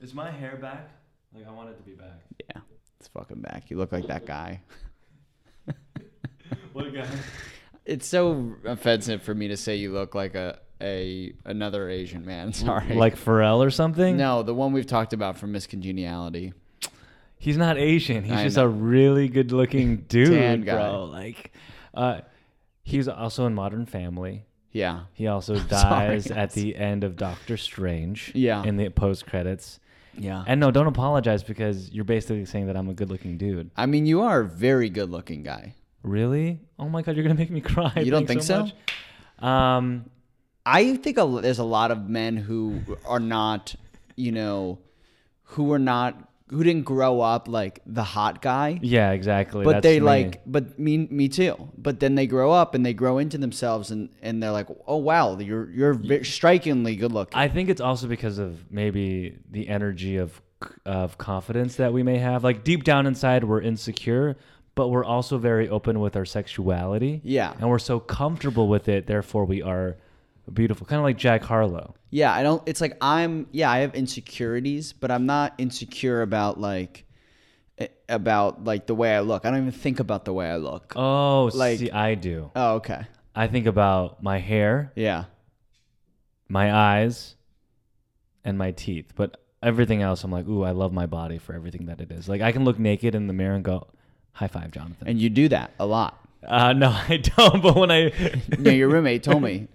Is my hair back? Like I want it to be back. Yeah, it's fucking back. You look like that guy. What guy? It's so offensive for me to say you look like a a another Asian man. Sorry. Like Pharrell or something? no, the one we've talked about from Miss Congeniality. He's not Asian. He's I just know. a really good looking dude, Tan guy. bro. Like, uh, he's also in Modern Family. Yeah, He also sorry, dies at guys. the end of Doctor Strange. Yeah. In the post credits. yeah. And no, don't apologize because you're basically saying that I'm a good looking dude. I mean, you are a very good looking guy. Really? Oh my god, you're gonna make me cry. You don't think so? much. Um, I think a, there's a lot of men who are not, you know, who are not who didn't grow up like the hot guy. yeah, exactly. but That's they me. like but me me too but then they grow up and they grow into themselves and and they're like oh wow you're you're ve- strikingly good looking I think it's also because of maybe the energy of of confidence that we may have. Like deep down inside, we're insecure, but we're also very open with our sexuality. Yeah. and we're so comfortable with it, therefore we are beautiful. Kind of like Jack Harlow. yeah i don't it's like i'm yeah i have insecurities but i'm not insecure about like eh, about like the way i look i don't even think about the way i look oh, Oh, Like- see, I do. okay I think about my hair, yeah my eyes, and my teeth, but everything else, I'm like, ooh, I love my body for everything that it is. Like I can look naked in the mirror and go, high five, Jonathan. and you do that a lot Uh, no, I don't. But when I no your roommate told me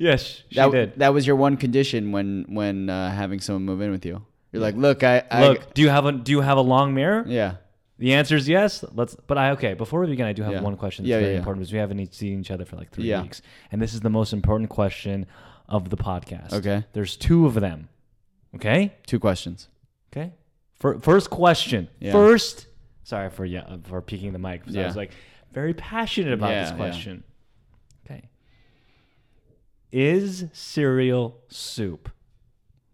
Yes, sh- she that did. that was your one condition when when uh, having someone move in with you you're like look i, I Look, do you have a do you have a long mirror? yeah The answer is yes. Let's. But I okay. Before we begin, I do have Yeah. one question that's Yeah, very yeah, yeah. important because we haven't each seen each other for like three Yeah. weeks, and this is the most important question of the podcast. Okay. There's two of them. Okay. two questions Okay. Fir- first question. Yeah. First. Sorry for yeah uh, for peeking the mic. 'cause I Yeah. was like very passionate about Yeah, this yeah. question. Okay. Is cereal soup?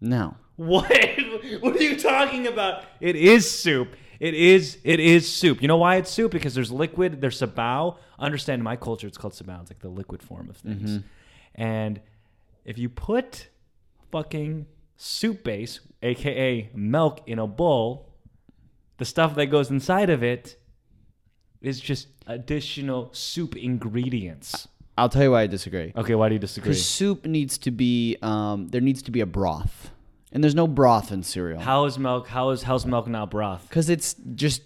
no What? What are you talking about? It is soup. It is. It is soup. You know why it's soup? Because there's liquid. There's sabao. Understand my culture? It's called sabao. It's like the liquid form of things. And if you put fucking soup base, aka milk, in a bowl, the stuff that goes inside of it is just additional soup ingredients. I'll tell you why I disagree. Okay, why do you disagree? Because soup needs to be, um, there needs to be a broth, and there's no broth in cereal. How is milk? How is how's milk not broth? Because it's just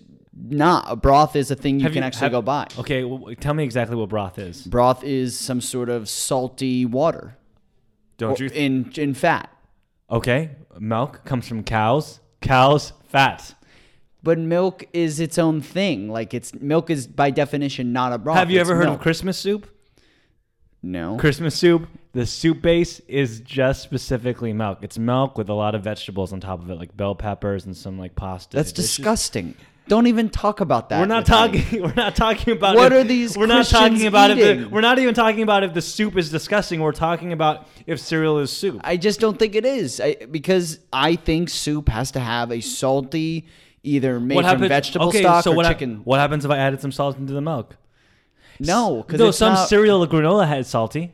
not a broth is a thing you Have can you- actually have- go buy. Okay, well, tell me exactly what broth is. Broth is some sort of salty water, Don't or in in fat. okay, milk comes from cows. Cows fat. But milk is its own thing. Like it's milk is by definition not a broth. Have you Oh, It's ever heard milk. of Christmas soup? No. Christmas soup. The soup base is just specifically milk. It's milk with a lot of vegetables on top of it, like bell peppers and some like pasta. That's It's just- disgusting. Don't even talk about that. We're not with me. talking. We're not talking about. What if- are these We're not Christians talking about if. The, eating? we're not even talking about if the soup is disgusting. We're talking about if cereal is soup. I just don't think it is I, because I think soup has to have a salty, either made from vegetable stock or what hap- chicken. what happens if I added some salt into the milk? no, because Though it's some not- cereal or granola had salty.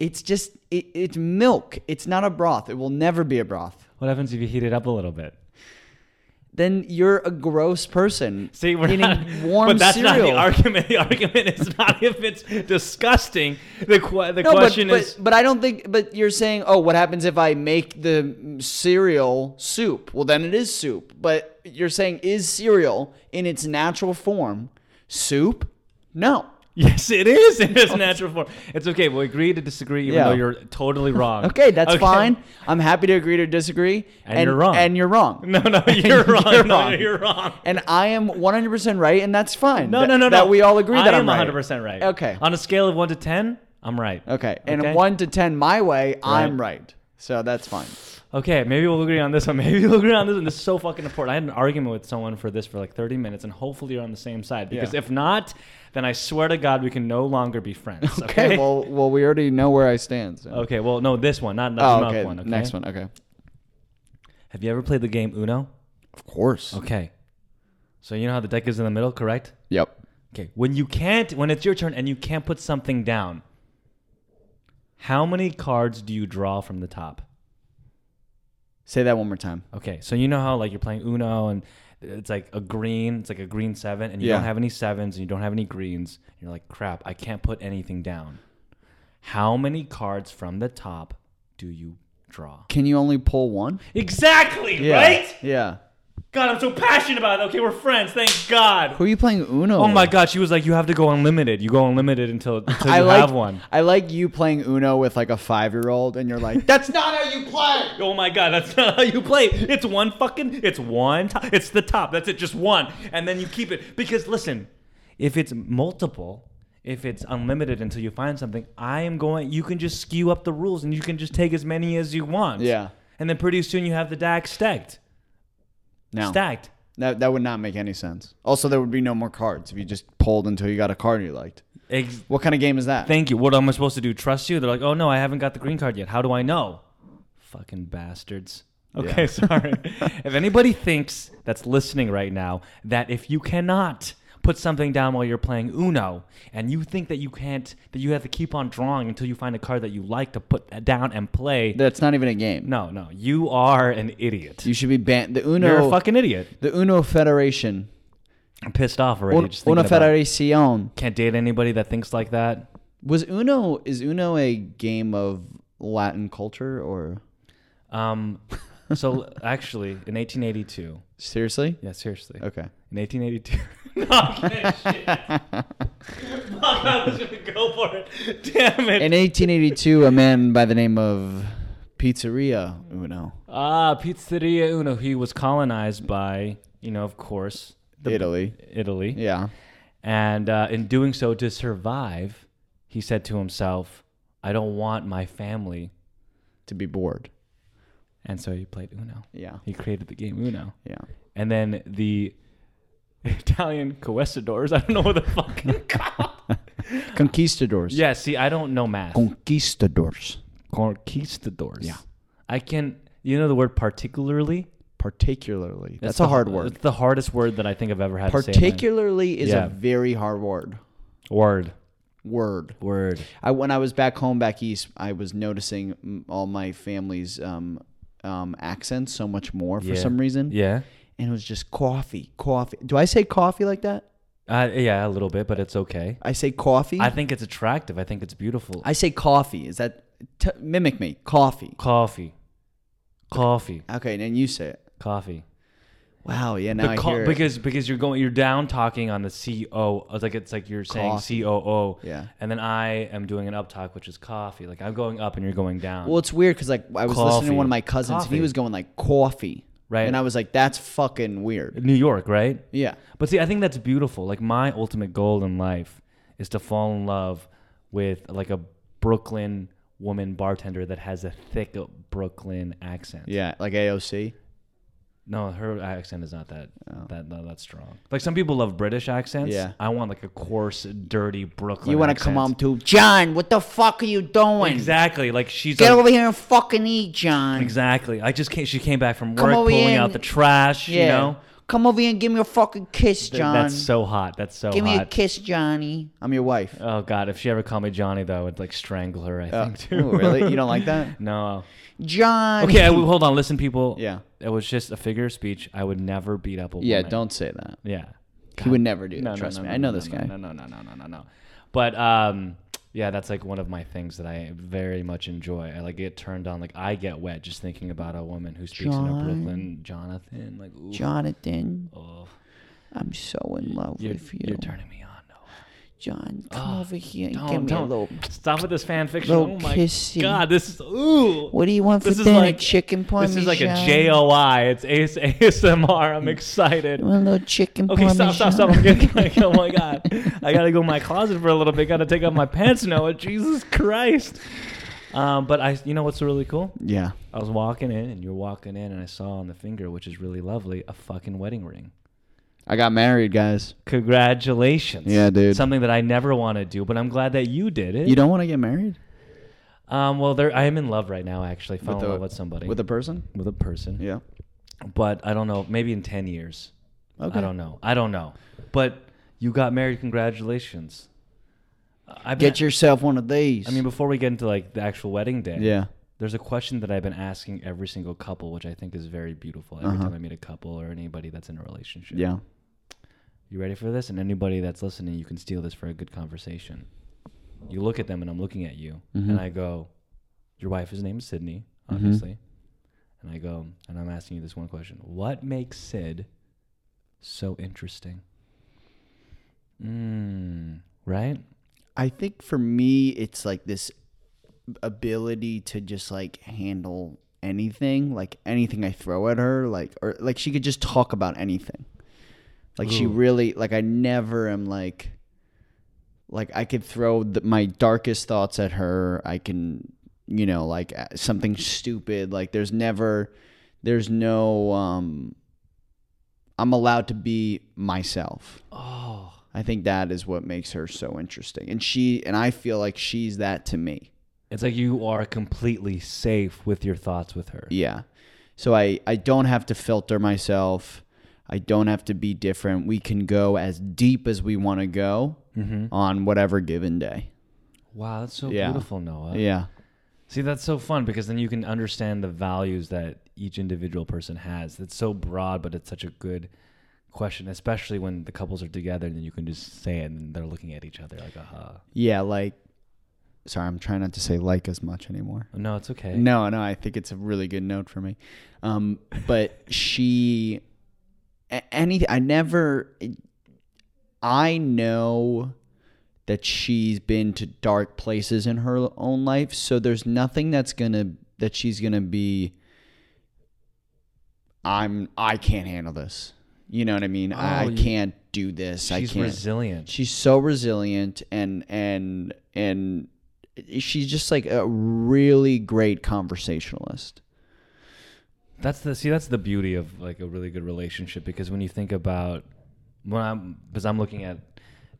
It's just it, it's milk. It's not a broth. It will never be a broth. What happens if you heat it up a little bit? Then you're a gross person. See, we're eating not warm But that's not cereal. the argument. The argument is not if it's disgusting. The qu- the No, but, question but, is but I don't think. But you're saying, oh, what happens if I make the cereal soup? Well, then it is soup. But you're saying, is cereal in its natural form soup? No. yes, it is in its natural form. It's okay. We'll agree to disagree, even Oh. Yeah. though you're totally wrong. Okay, that's fine. I'm happy to agree to disagree. And you're wrong. And you're wrong. No, no, you're wrong. You're no, wrong. you're wrong. And I am 100% right, and that's fine. No, That- no, no, no. That we all agree that I am I'm right. 100% right. Okay. On a scale of one to ten, I'm right. Okay. And Okay. one to 10 my way, I'm right. So that's fine. Okay, maybe we'll agree on this one. Maybe we'll agree on this one. This is so fucking important. I had an argument with someone for this for like 30 minutes, and hopefully you're on the same side. Because Yeah. if not, then I swear to God, we can no longer be friends. Okay. Okay. well, well, we already know where I stand. So. Okay, well, no, this one, not the Oh, milk okay. one. Okay? Next one. Okay. Have you ever played the game Uno? Of course. Okay. So you know how the deck is in the middle, correct? Yep. Okay. When you can't, when it's your turn and you can't put something down, how many cards do you draw from the top? Say that one more time. Okay, so you know how like you're playing Uno and it's like a green, it's like a green seven, and you Yeah. don't have any sevens and you don't have any greens. And you're like, crap, I can't put anything down. How many cards from the top do you draw? Can you only pull one? Exactly, Yeah. right? Yeah. God, I'm so passionate about it. Okay, we're friends. Thank God. Who are you playing Uno? Oh my with? God, she was like, you have to go unlimited. You go unlimited until, until you I like have one. I like you playing Uno with like a five year old, and you're like, that's not how you play. Oh my god, that's not how you play. It's one fucking, it's one, to- it's the top. That's it, just one. And then you keep it. Because listen, if it's multiple, if it's unlimited until you find something, I am going, you can just skew up the rules and you can just take as many as you want. Yeah. And then pretty soon you have the DAC stacked. No, Stacked. that that would not make any sense. Also, there would be no more cards if you just pulled until you got a card you liked. Ex- What kind of game is that? Thank you. What am I supposed to do? Trust you? They're like, oh no, I haven't got the green card yet. How do I know? Fucking bastards. Okay, sorry. if anybody thinks that's listening right now that if you cannot put something down while you're playing Uno and you think that you can't, that you have to keep on drawing until you find a card that you like to put down and play, That's not even a game. no, no, you are an idiot. You should be banned. The Uno, You're a fucking idiot. the Uno Federation, I'm pissed off already. Un- just thinking Uno about it. Federación. Can't date anybody that thinks like that. Was Uno is Uno a game of Latin culture or Um, so actually, in 1882, seriously? yeah, seriously, Okay. In 1882. no, I'm kidding. Shit. Fuck, I was going to go for it. Damn it. In 1882, a man by the name of Pizzeria Uno, Ah, Pizzeria Uno. He was colonized by, you know, of course, Italy. Italy. Yeah. And uh, in doing so, to survive, he said to himself, I don't want my family. To be bored. And so he played Uno. Yeah. He created the game Uno. Yeah. And then the Italian coessadors, I don't know what the fuck they're called. Conquistadors. Yeah, see, I don't know math. Conquistadors. conquistadors. Yeah. I can. You know the word particularly. Particularly. That's, the- a hard word. It's the hardest word that I think I've ever had. to say in my- Particularly is Yeah. a very hard word. word. Word. Word. I when I was back home back east, I was noticing mm, all my family's um, um, accents so much more for Yeah. some reason, Yeah. and it was just coffee, coffee. Do I say coffee like that? Uh, yeah, a little bit, but it's okay. I say coffee. I I, think it's attractive. I think it's beautiful. say coffee. Is that t- mimic me? Coffee. coffee. Coffee. Okay, then you say it. Coffee. Wow. Yeah. Now I The co- hear it. because because you're going you're down talking on the C O it's like it's like you're saying Coffee. C O O. Yeah. And then I am doing an up talk, which is coffee. Like I'm going up and you're going down. Well, it's weird because like I was listening to Coffee. one of my cousins and he Coffee. was going like coffee, Right. And I was like, that's fucking weird. New York, right? Yeah. But see, I think that's beautiful. Like my ultimate goal in life is to fall in love with like a Brooklyn woman bartender that has a thick Brooklyn accent. Yeah. Like AOC. No, her accent is not that that no, that's strong. Like some people love British accents. Oh. Yeah. I want like a coarse, dirty Brooklyn. You want to accent. come home to John? What the fuck are you doing? Exactly. Like she's Get a- over here and fucking eat, John. exactly. I just came. She came back from Come work, over pulling here out and- the trash. You know. Come over here and give me a fucking kiss, Th- John. That's so hot. That's so give hot. me a kiss, Johnny. I'm your wife. Oh God! If she ever called me Johnny, though, I would like strangle her. Uh. I think too. Ooh, really? You don't like that? No. John. Okay, I, hold on. Listen, people. Yeah. It was just a figure of speech. I would never beat up a woman. Yeah, don't say that. Yeah. He would never do that. No, no, trust no, me. no, I know no, this no, guy. No, no, no, no, no, no, no. But um, yeah, that's like one of my things that I very much enjoy. I like get turned on. Like I get wet just thinking about a woman who speaks in a John. Brooklyn Jonathan. Like, ooh, Jonathan, oh, I'm so in love you're, with you. you're turning me on. Noah. John, come over here and Don't, give me a don't. little. Stop with this fan fiction. little Oh my kissy. god, this is ooh. What do you want for This is dinner? like- chicken parmesan. This is like a JOI. It's AS- ASMR. I'm excited. You want a little chicken Okay, parmesan? stop, stop, stop. I'm getting like, oh my god. I gotta go in my closet for a little bit. Gotta take off my pants now. Jesus Christ. Um, but I, you know what's really cool? Yeah. I was walking in, and you're walking in, and I saw on the finger, which is really lovely, a fucking wedding ring. I got married, guys. Congratulations. Yeah, dude. Something that I never want to do, but I'm glad that you did it. You don't want to get married? um, well, there, I am in love right now. I Actually, fell With in a- love with somebody, With a person? with a person. Yeah. But I don't know. Maybe in ten years. Okay. I don't know. I don't know. But you got married. Congratulations. I Get yourself one of these. I mean, before we get into like the actual wedding day, yeah. There's a question that I've been asking every single couple, which I think is very beautiful every time I meet a couple or anybody that's in a relationship. Uh-huh. Yeah. You ready for this? And anybody that's listening, you can steal this for a good conversation. You look at them, and I'm looking at you, Mm-hmm. and I go, "Your wife is named Sydney, obviously." And I go, and I'm asking you this one question: What makes Sid so interesting? Mm, right? I think for me, it's like this ability to just like handle anything, like anything I throw at her, like or like she could just talk about anything. Like she really like I never am like like I could throw the, my darkest thoughts at her. I can you know like uh, something stupid. Like there's never there's no um I'm allowed to be myself. Oh, I think that is what makes her so interesting. And she and I feel like she's that to me. it's like you are completely safe with your thoughts with her. Yeah. So I I don't have to filter myself. I don't have to be different. We can go as deep as we want to go on whatever given day. Wow, that's so Yeah. beautiful, Noah. Yeah. See, that's so fun because then you can understand the values that each individual person has. It's so broad, but it's such a good question, especially when the couples are together and then you can just say it and they're looking at each other like, "Uh-huh." aha. Yeah, like sorry, I'm trying not to say like as much anymore. No, it's okay. No, no, I think it's a really good note for me. Um, but she, a- any, I never, I know that she's been to dark places in her own life, so there's nothing that's gonna that she's gonna be. I'm. I can't handle this. You know what I mean? I, I Oh, you- can't do this. I She's can't. resilient. She's so resilient and and and she's just like a really great conversationalist. That's the see. That's the beauty of like a really good relationship because when you think about when I'm because I'm looking at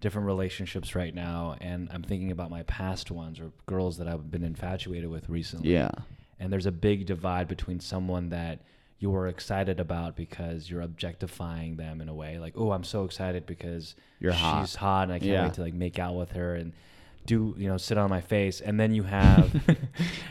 different relationships right now and I'm thinking about my past ones or girls that I've been infatuated with recently. Yeah. And there's a big divide between someone that you are excited about because you're objectifying them in a way, like, oh, I'm so excited because You're hot." she's hot and I can't Yeah. wait to like make out with her and do you know sit on my face. And then you have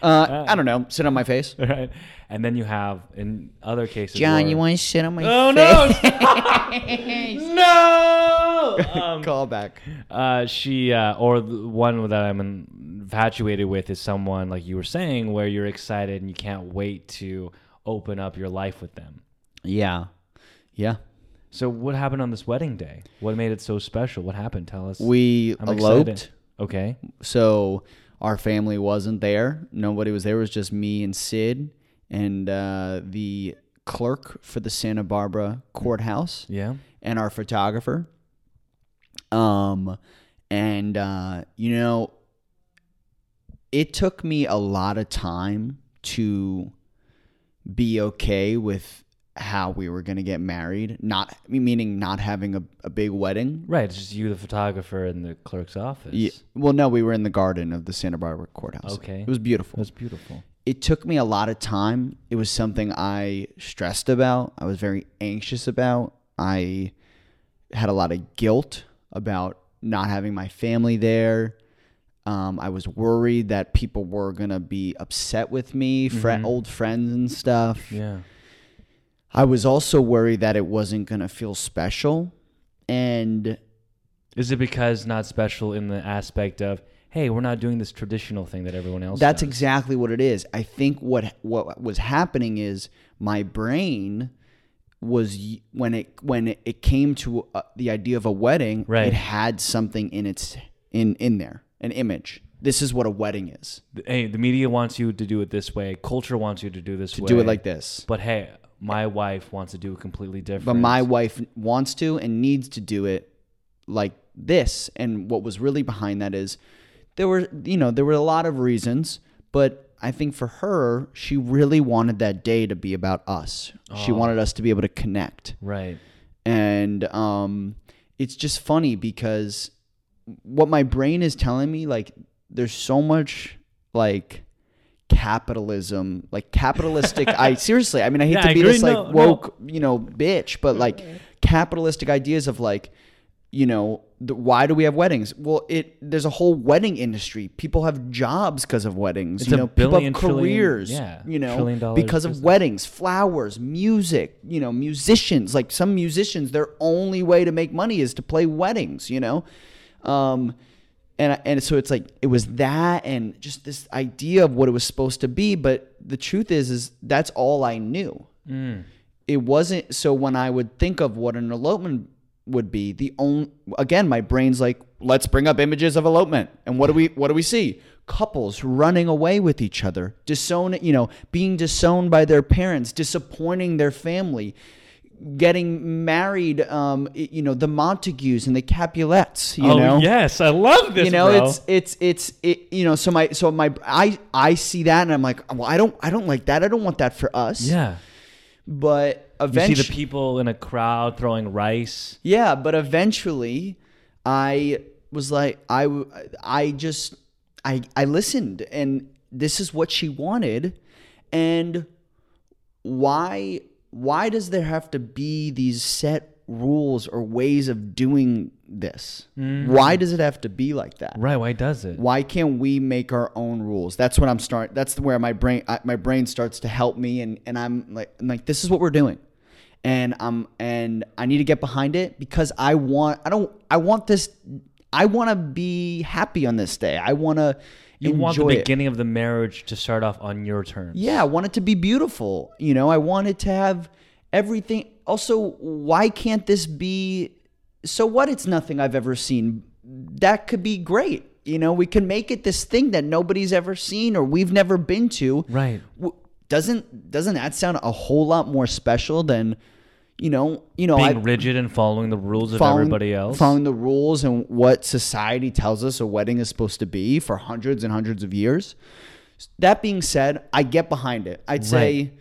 Uh, I don't know. Sit on my face. right, and then you have in other cases, John, where- you want to sit on my Oh face? no! no! Um, Call back. uh, she uh, or the one that I'm infatuated with is someone like you were saying, where you're excited and you can't wait to open up your life with them. Yeah. Yeah. So what happened on this wedding day? What made it so special? What happened? Tell us. We eloped. excited. Okay. So our family wasn't there. Nobody was there. It was just me and Sid and uh, the clerk for the Santa Barbara courthouse. Yeah. and our photographer. Um, and uh, you know, it took me a lot of time to be okay with how we were gonna get married. Not meaning not having a, a big wedding. Right. It's just you, the photographer, and the clerk's office. Yeah. Well, no, we were in the garden of the Santa Barbara courthouse. Okay. it was beautiful. That's beautiful. it took me a lot of time. It was something I stressed about. I was very anxious about. I had a lot of guilt about not having my family there. Um, I was worried that people were gonna be upset with me, fri old friends and stuff. Yeah. I was also worried that it wasn't gonna feel special, and Is it because not special in the aspect of hey, we're not doing this traditional thing that everyone else That's does? exactly what it is. I think what what was happening is my brain was y- when it when it came to uh, the idea of a wedding, Right. it had something in its in in there, an image. This is what a wedding is. hey, the media wants you to do it this way. Culture wants you to do this way. Do it like this. But hey, my wife wants to do it completely different. But my wife wants to and needs to do it like this. And what was really behind that is there were, you know, there were a lot of reasons, but I think for her, she really wanted that day to be about us. She wanted us to be able to connect. right. And um, it's just funny because what my brain is telling me, like, there's so much like capitalism, like capitalistic. I seriously, I mean, I hate Yeah, to I be agree. Mm-hmm. this like No, no. woke, you know, bitch, but like capitalistic ideas of like you know, the, why do we have weddings? Well, it there's a whole wedding industry. People have jobs because of weddings. It's you a know, people billion, have trillion- careers. yeah, you trillion know, dollar because of business. weddings, flowers, music. You know, musicians. Like some musicians, their only way to make money is to play weddings. You know, um, and and so it's like it was that and just this idea of what it was supposed to be. But the truth is, is that's all I knew it wasn't so when I would think of what an elopement would be, the only again, my brain's like, let's bring up images of elopement. And what do we what do we see? Couples running away with each other, disown you know, being disowned by their parents, disappointing their family, getting married, um, y- you know, the Montagues and the Capulets, you oh know yes, I love this. you know bro. it's it's it's it, you know so my so my i i see that and i'm like well i don't i don't like that i don't want that for us yeah. but You see eventually the people in a crowd throwing rice. Yeah, but eventually I was like I w- I just I I listened and this is what she wanted and why why does there have to be these set rules or ways of doing this? Why does it have to be like that? Right? Why does it? Why can't we make our own rules? That's what I'm start. That's where my brain I, my brain starts to help me, and and I'm like I'm like this is what we're doing, and I'm and I need to get behind it because I want I don't I want this I want to be happy on this day. I want to You enjoy want the it. beginning of the marriage to start off on your terms. Yeah, I want it to be beautiful. You know, I want it to have everything. Also, why can't this be so what it's nothing I've ever seen. That could be great. You know, we can make it this thing that nobody's ever seen or we've never been to. Right. W- Doesn't doesn't that sound a whole lot more special than you know, you know, Being I- rigid and following the rules of following- everybody else. following the rules and what society tells us a wedding is supposed to be for hundreds and hundreds of years. That being said, I get behind it. I'd say,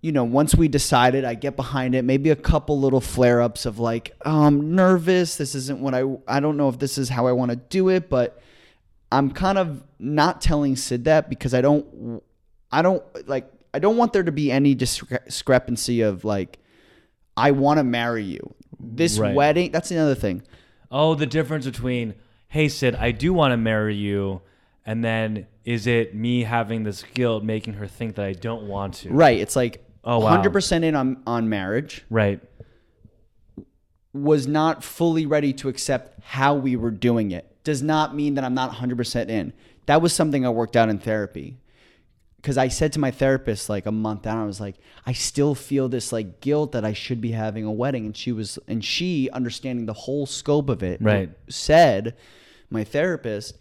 you know, once we decided, I get behind it. Maybe a couple little flare ups of like, oh, I'm nervous. This isn't what I. I don't know if this is how I want to do it, but I'm kind of not telling Sid that because I don't. I don't like. I don't want there to be any discre- discrepancy of like, I want to marry you. This Right. wedding. That's another thing. Oh, the difference between, hey, Sid, I do want to marry you, and then is it me having this guilt making her think that I don't want to? Right. It's like Oh, wow. 100% in on, on marriage, Right. was not fully ready to accept how we were doing it. Does not mean that I'm not 100% in. That was something I worked out in therapy. Because I said to my therapist like a month down, I was like, I still feel this like guilt that I should be having a wedding. And she was, and she, understanding the whole scope of it, Right. said, my therapist,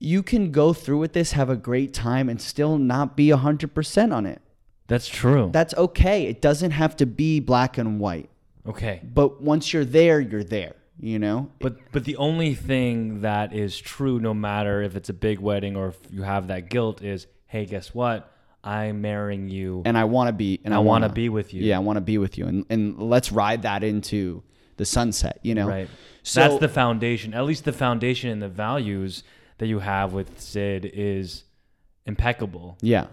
you can go through with this, have a great time, and still not be 100% on it. That's true. that's okay. It doesn't have to be black and white. okay. But once you're there, you're there, you know? But but the only thing that is true, no matter if it's a big wedding or if you have that guilt, is hey, guess what? I'm marrying you. And I want to be and I, I want wanna be with you. Yeah, I want to be with you and and let's ride that into the sunset, you know? right. So That's the foundation. At least the foundation and the values that you have with Sid is impeccable. yeah.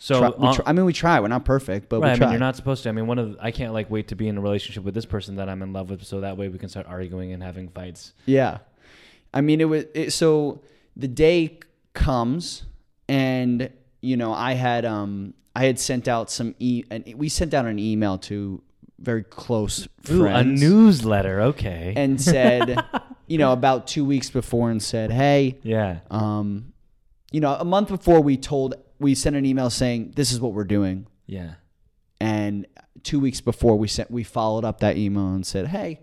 So Try- we on- try- I mean, we try. We're not perfect, but Right, I we try. mean, you're not supposed to. I mean, one of the, I can't like wait to be in a relationship with this person that I'm in love with, so that way we can start arguing and having fights. Yeah. I mean, it was it, so the day comes and you know, I had um I had sent out some e and we sent out an email to very close friends. Ooh, a newsletter, okay. and said, you know, about two weeks before and said, hey, yeah, um, you know, a month before we told, we sent an email saying, this is what we're doing. yeah, And two weeks before we sent, we followed up that email and said, hey,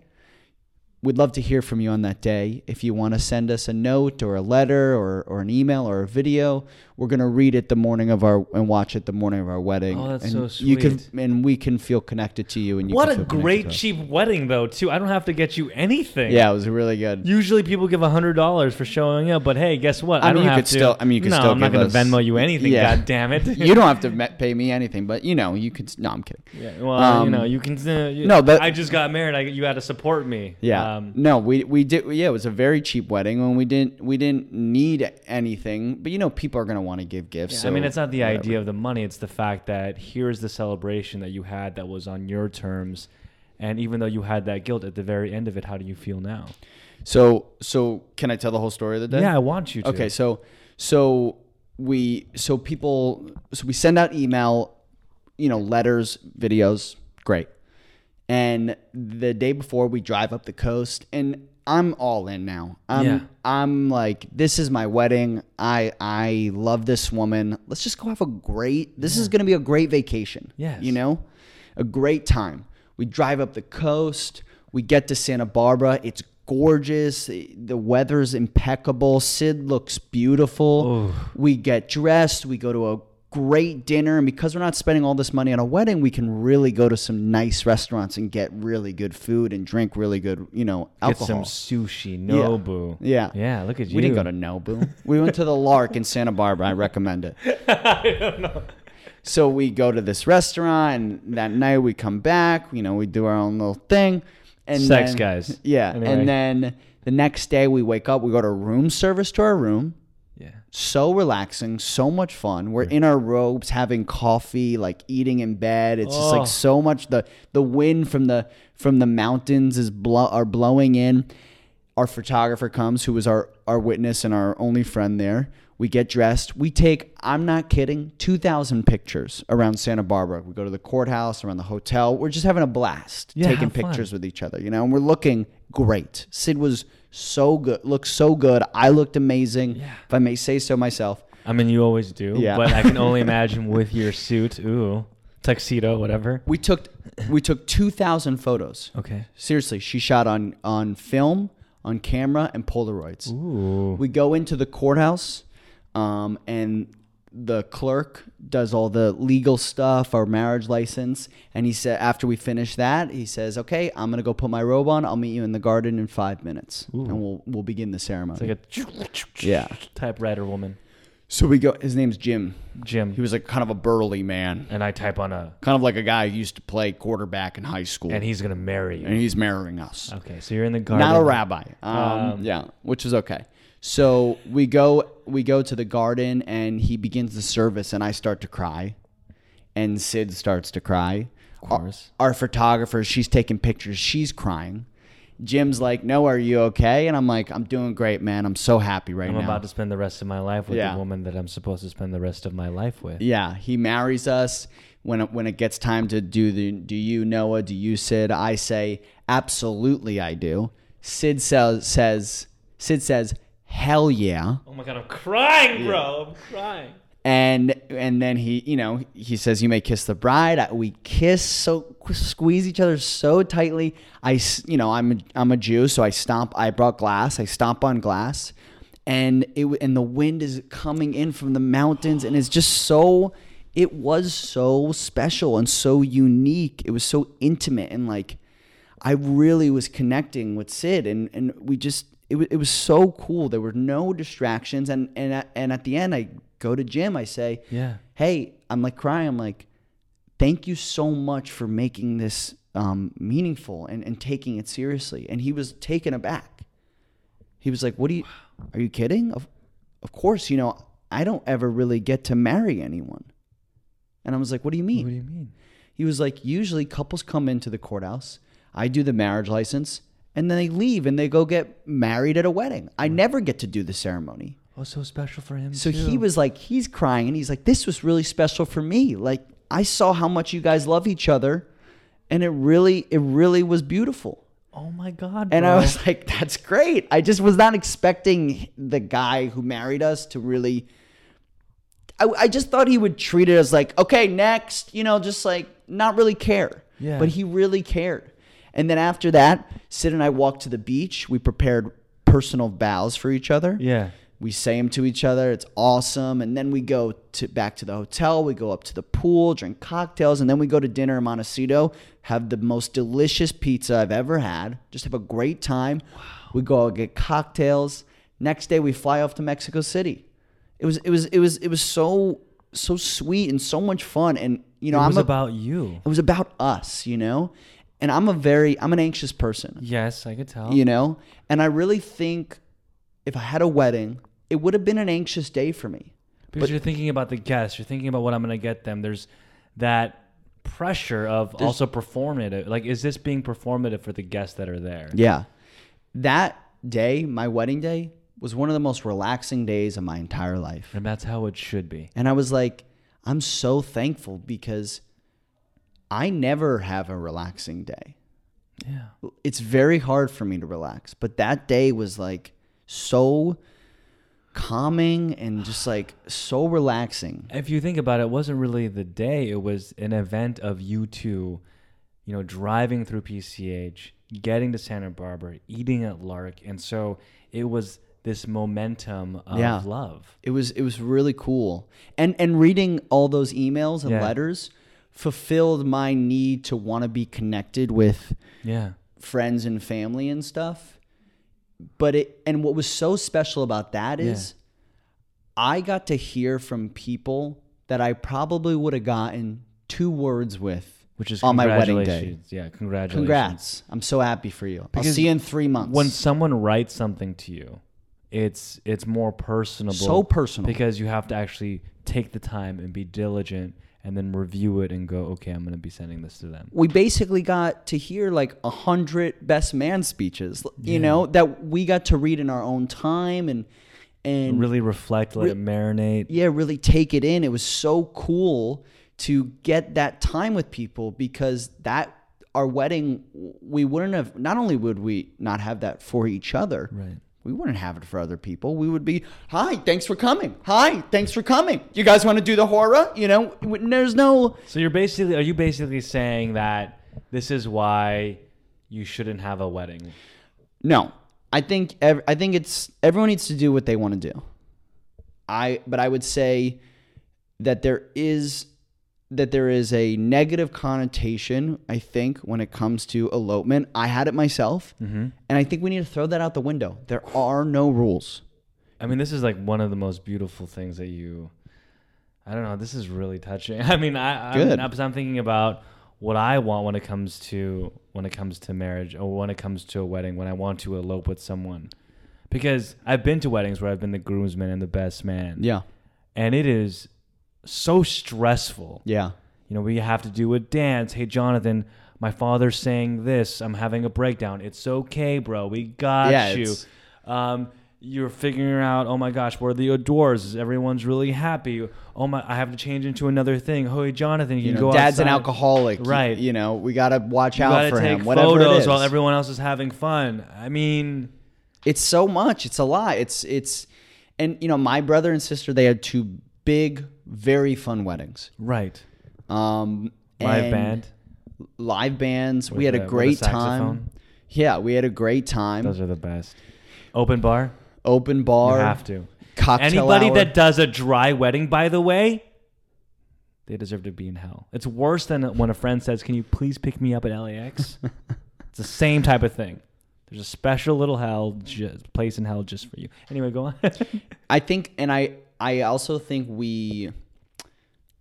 we'd love to hear from you on that day. If you want to send us a note or a letter or, or an email or a video, we're going to read it the morning of our, and watch it the morning of our wedding. Oh, that's and so You can, sweet. and we can feel connected to you. And you What can a feel connected great to us. cheap wedding though, too. I don't have to get you anything. Yeah, it was really good. Usually people give hundred dollars for showing up, but hey, guess what? I I, mean, don't you have could to. still- I mean, you could no, still I'm not give gonna us- Venmo you anything. Yeah. God damn it. you don't have to me- pay me anything, but you know, you could. No, I'm kidding. Yeah, well, you Um, know, you can. Uh, you, no, but- I just got married. I, you had to support me. Um, Yeah. no, we we did. Yeah, it was a very cheap wedding when we didn't we didn't need anything. But you know, people are gonna want to give gifts. so I mean, it's not the whatever. idea of the money; it's the fact that here's the celebration that you had that was on your terms, And even though you had that guilt at the very end of it, how do you feel now? So so can I tell the whole story of the day? yeah, I want you to. Okay, so so we so people so we send out email, you know, letters, videos, great. And the day before we drive up the coast and I'm all in now. I'm Yeah. I'm like this is my wedding. I I love this woman. Let's just go have a great this is going to be a great vacation. Yes. You know? A great time. We drive up the coast. We get to Santa Barbara. It's gorgeous. The weather's impeccable. Sid looks beautiful. We get dressed. We go to a great dinner. And because we're not spending all this money on a wedding, we can really go to some nice restaurants and get really good food and drink really good, you know, Get some alcohol. sushi, Nobu. Yeah. Yeah, look at you. We didn't go to Nobu. we went to the Lark in Santa Barbara. I recommend it. So we go to this restaurant, and that night we come back. You know, we do our own little thing. And Sex, then- guys. Yeah. Anyway. And then the next day we wake up. We go to room service to our room. Yeah. So relaxing, so much fun. We're in our robes, having coffee, like eating in bed. It's just Oh. like so much. The the wind from the from the mountains is blow are blowing in. Our photographer comes, who was our our witness and our only friend there. We get dressed. We take, I'm not kidding, 2,000 pictures around Santa Barbara. We go to the courthouse, around the hotel. We're just having a blast Yeah, how taking fun. pictures with each other, you know, and we're looking great. Sid was so good, looked so good. I looked amazing, if I may say so myself. I mean, you always do. Yeah. But I can only imagine with your suit, ooh, tuxedo, whatever. We took we took 2000 photos. Okay. Seriously, she shot on on film, on camera and polaroids. Ooh. We go into the courthouse, um, and the clerk does all the legal stuff, our marriage license. And he said, after we finish that, he says, "Okay, I'm gonna go put my robe on. I'll meet you in the garden in five minutes, and we'll we'll begin the ceremony." Like a yeah. typewriter woman, So we go. His name's Jim. Jim. He was like kind of a burly man, and I type on a, kind of like a guy who used to play quarterback in high school, and he's gonna marry you. and he's marrying us. Okay, so you're in the garden. not a rabbi. Um, yeah, which is okay. So we go we go to the garden and he begins the service and I start to cry, and Sid starts to cry. Of course. Our, our photographer, she's taking pictures, she's crying. Jim's like, "No, are you okay?" And I'm like, "I'm doing great, man. I'm so happy right I'm now." about to spend the rest of my life with Yeah. the woman that I'm supposed to spend the rest of my life with. Yeah, he marries us. When it, when it gets time to do the do you Noah do you Sid I say absolutely I do. Sid says says Sid says hell yeah, Oh my god, I'm crying, bro. I'm crying. and and then he you know he says you may kiss the bride. I- We kiss so squeeze each other so tightly. I s- you know I'm a, I'm a Jew so I stomp. I brought glass. I stomp on glass, and it w- and the wind is coming in from the mountains and it's just so it was so special and so unique. It was so intimate and like I really was connecting with Sid and and we just it was it was so cool. There were no distractions and and at, and at the end I go to Jim. I say, Yeah. "Hey, I'm like crying. I'm like, thank you so much for making this um, meaningful and and taking it seriously." And he was taken aback. He was like, "What do you? Are you kidding? Of of course, you know." I don't ever really get to marry anyone. And I was like, what do you mean? What do you mean? He was like, usually couples come into the courthouse, I do the marriage license, and then they leave and they go get married at a wedding. I never get to do the ceremony. Oh, so special for him. So too. he was like, he's crying and he's like, this was really special for me. Like, I saw how much you guys love each other, and it really, it really was beautiful. Oh my god. And bro. I was like, that's great. I just was not expecting the guy who married us to really. I, I just thought he would treat it as like, okay, next, you know, just like not really care. Yeah. But he really cared. And then after that, Sid and I walked to the beach. We prepared personal vows for each other. Yeah. We say them to each other. It's awesome. And then we go to back to the hotel. We go up to the pool, drink cocktails, and then we go to dinner in Montecito. Have the most delicious pizza I've ever had. Just have a great time. We go out get cocktails. Next day we fly off to Mexico City. It was it was it was it was so so sweet and so much fun. And you know It I'm was a- about you. it was about us. You know, and I'm a very I'm an anxious person Yes, I could tell. you know and i really think if i had a wedding it would have been an anxious day for me Because you're thinking about the guests, you're thinking about what I'm gonna get them. There's that pressure of also performative. Like, is this being performative for the guests that are there? Yeah. That day, my wedding day, was one of the most relaxing days of my entire life. And that's how it should be. And I was like, I'm so thankful because I never have a relaxing day. Yeah. It's very hard for me to relax, but that day was like so calming and just like so relaxing. If you think about it, it wasn't really the day. It was an event of you two, you know, driving through PCH, getting to Santa Barbara, eating at Lark, and so it was this momentum of Yeah. love. It was it was really cool. And and reading all those emails and Yeah. letters fulfilled my need to want to be connected with Yeah. friends and family and stuff. But it and what was so special about that is I got to hear from people that I probably would have gotten two words with. Which is On my wedding day. congratulations. Yeah, congratulations. Congrats. I'm so happy for you. I'll Because see you in three months. When someone writes something to you, it's it's more personable. so personal. because you have to actually take the time and be diligent and then review it and go, okay, I'm going to be sending this to them. we basically got to hear like a hundred best man speeches, l- you know, that we got to read in our own time and and Really reflect, let it marinate. yeah, really take it in. It was so cool to get that time with people because that our wedding we wouldn't have not only would we not have that for each other. Right. We wouldn't have it for other people. We would be, "Hi, thanks for coming. Hi, thanks for coming. You guys want to do the horror?" You know, w- there's no So you're basically, are you basically saying that this is why you shouldn't have a wedding? No, I think ev- I think it's everyone needs to do what they want to do. I but I would say that there is that there is a negative connotation. I think when it comes to elopement, I had it myself, Mm-hmm. and I think we need to throw that out the window. There are no rules. I mean, this is like one of the most beautiful things that you. I don't know. This is really touching. I mean, I, I'm, Good. I'm, 'cause I'm thinking about what I want when it comes to when it comes to marriage or when it comes to a wedding. When I want to elope with someone, because I've been to weddings where I've been the groomsman and the best man. Yeah, and it is so stressful. yeah, You know, we have to do a dance. Hey, Jonathan, my father's saying this. I'm having a breakdown. It's okay, bro. We got Yeah, you. it's- Um, you're figuring out. Oh my gosh, where are the doors? Everyone's really happy. Oh my, I have to change into another thing. Hey, Jonathan, you, you can know, go. dad's an outside. alcoholic, you- Right. You, know, we gotta watch You out gotta for take him. Whatever it photos is, while everyone else is having fun. I mean, it's so much it's a lot it's it's and you know my brother and sister they had two big very fun weddings right? um Live and band. live bands we With had a- a with a great saxophone? time yeah we had a great time Those are the best. Open bar. open bar you have to. cocktail Anybody hour. that does a dry wedding, by the way, they deserve to be in hell. It's worse than when a friend says, "Can you please pick me up at LAX?" it's the same type of thing. There's a special little hell ju- place in hell just for you. Anyway, go on. I think, and I, I also think we,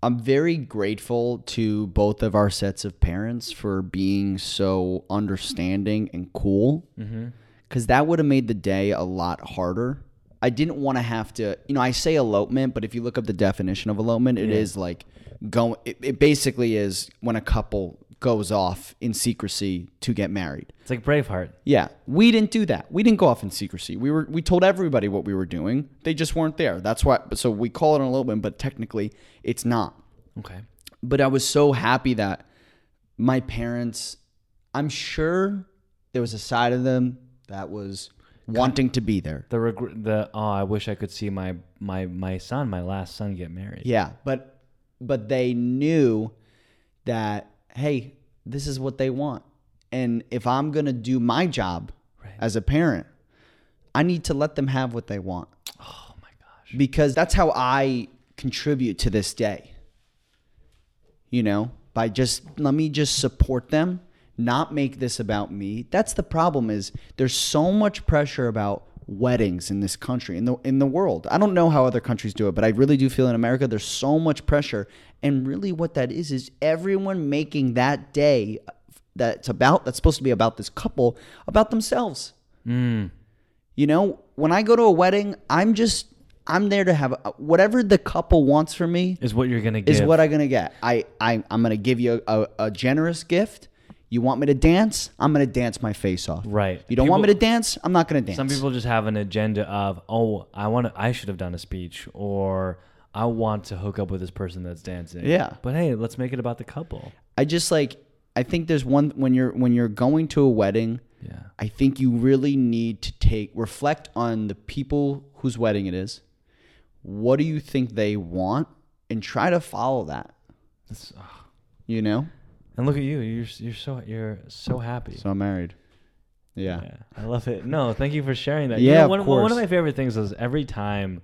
I'm very grateful to both of our sets of parents for being so understanding and cool, because that would have made the day a lot harder. I didn't want to have to, you know, I say elopement, but if you look up the definition of elopement, it is like going. It, it basically is when a couple goes off in secrecy to get married. it's like Braveheart. Yeah, we didn't do that. We didn't go off in secrecy. We were we told everybody what we were doing. They just weren't there. That's why. So we call it an elopement, but technically, it's not. Okay. But I was so happy that my parents. I'm sure there was a side of them that was wanting to be there. The regr- the oh, I wish I could see my my my son, my last son, get married. Yeah, but but they knew that hey, this is what they want. And if I'm going to do my job as a parent, I need to let them have what they want. Oh my gosh. Because that's how I contribute to this day. You know, by just let me just support them, not make this about me. That's the problem is there's so much pressure about weddings in this country in the in the world. I don't know how other countries do it, but I really do feel in America there's so much pressure and really what that is is everyone making that day that's about that's supposed to be about this couple about themselves. You know, when I go to a wedding, I'm just I'm there to have uh, whatever the couple wants from me Is what you're gonna give. is what I'm gonna get. I, I I'm gonna give you a, a, a generous gift. You want me to dance? I'm gonna dance my face off. Right. You don't want me People- to dance? I'm not gonna dance. Some people just have an agenda of, oh, I want to, I should have done a speech, or I want to hook up with this person that's dancing. Yeah. But hey, let's make it about the couple. I just like I think there's one when you're when you're going to a wedding. Yeah. I think you really need to take reflect on the people whose wedding it is. What do you think they want, and try to follow that. That's, ugh. You know. And look at you. You're you're so you're so happy. So I'm married. Yeah. Yeah, I love it. No, thank you for sharing that. Yeah, of one, one course. of my favorite things is every time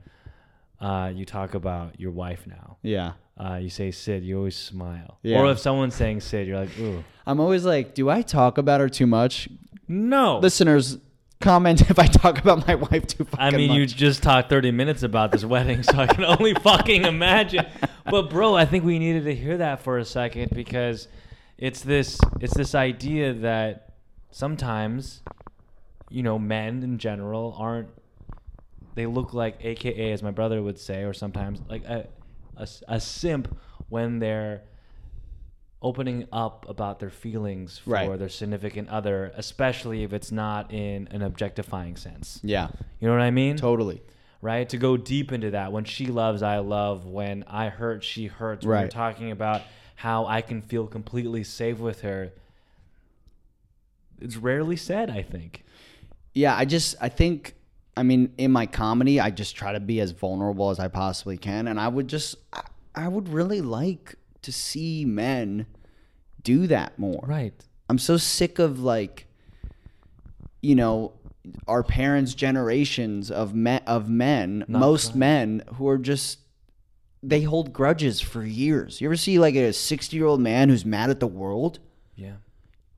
uh, you talk about your wife now, Yeah. uh, you say Sid, you always smile. Yeah. Or if someone's saying Sid, you're like, ooh, I'm always like, do I talk about her too much? no. Listeners, comment if I talk about my wife too fucking I mean, you much. just talked 30 minutes about this wedding, so I can only fucking imagine. But bro, I think we needed to hear that for a second because it's this it's this idea that sometimes you know, men in general aren't they look like aka as my brother would say or sometimes like a a, a simp when they're opening up about their feelings for Right. their significant other especially if it's not in an objectifying sense Yeah, you know what I mean? totally. Right? To go deep into that. When she loves, I love. When I hurt, she hurts. When We're Right. talking about how I can feel completely safe with her. It's rarely said, I think. Yeah, I just, I think, I mean, in my comedy, I just try to be as vulnerable as I possibly can. And I would just, I, I would really like to see men do that more. Right. I'm so sick of like, you know, our parents' generations of men, of men, most men who are just they hold grudges for years. You ever see like a 60 year old man who's mad at the world? Yeah.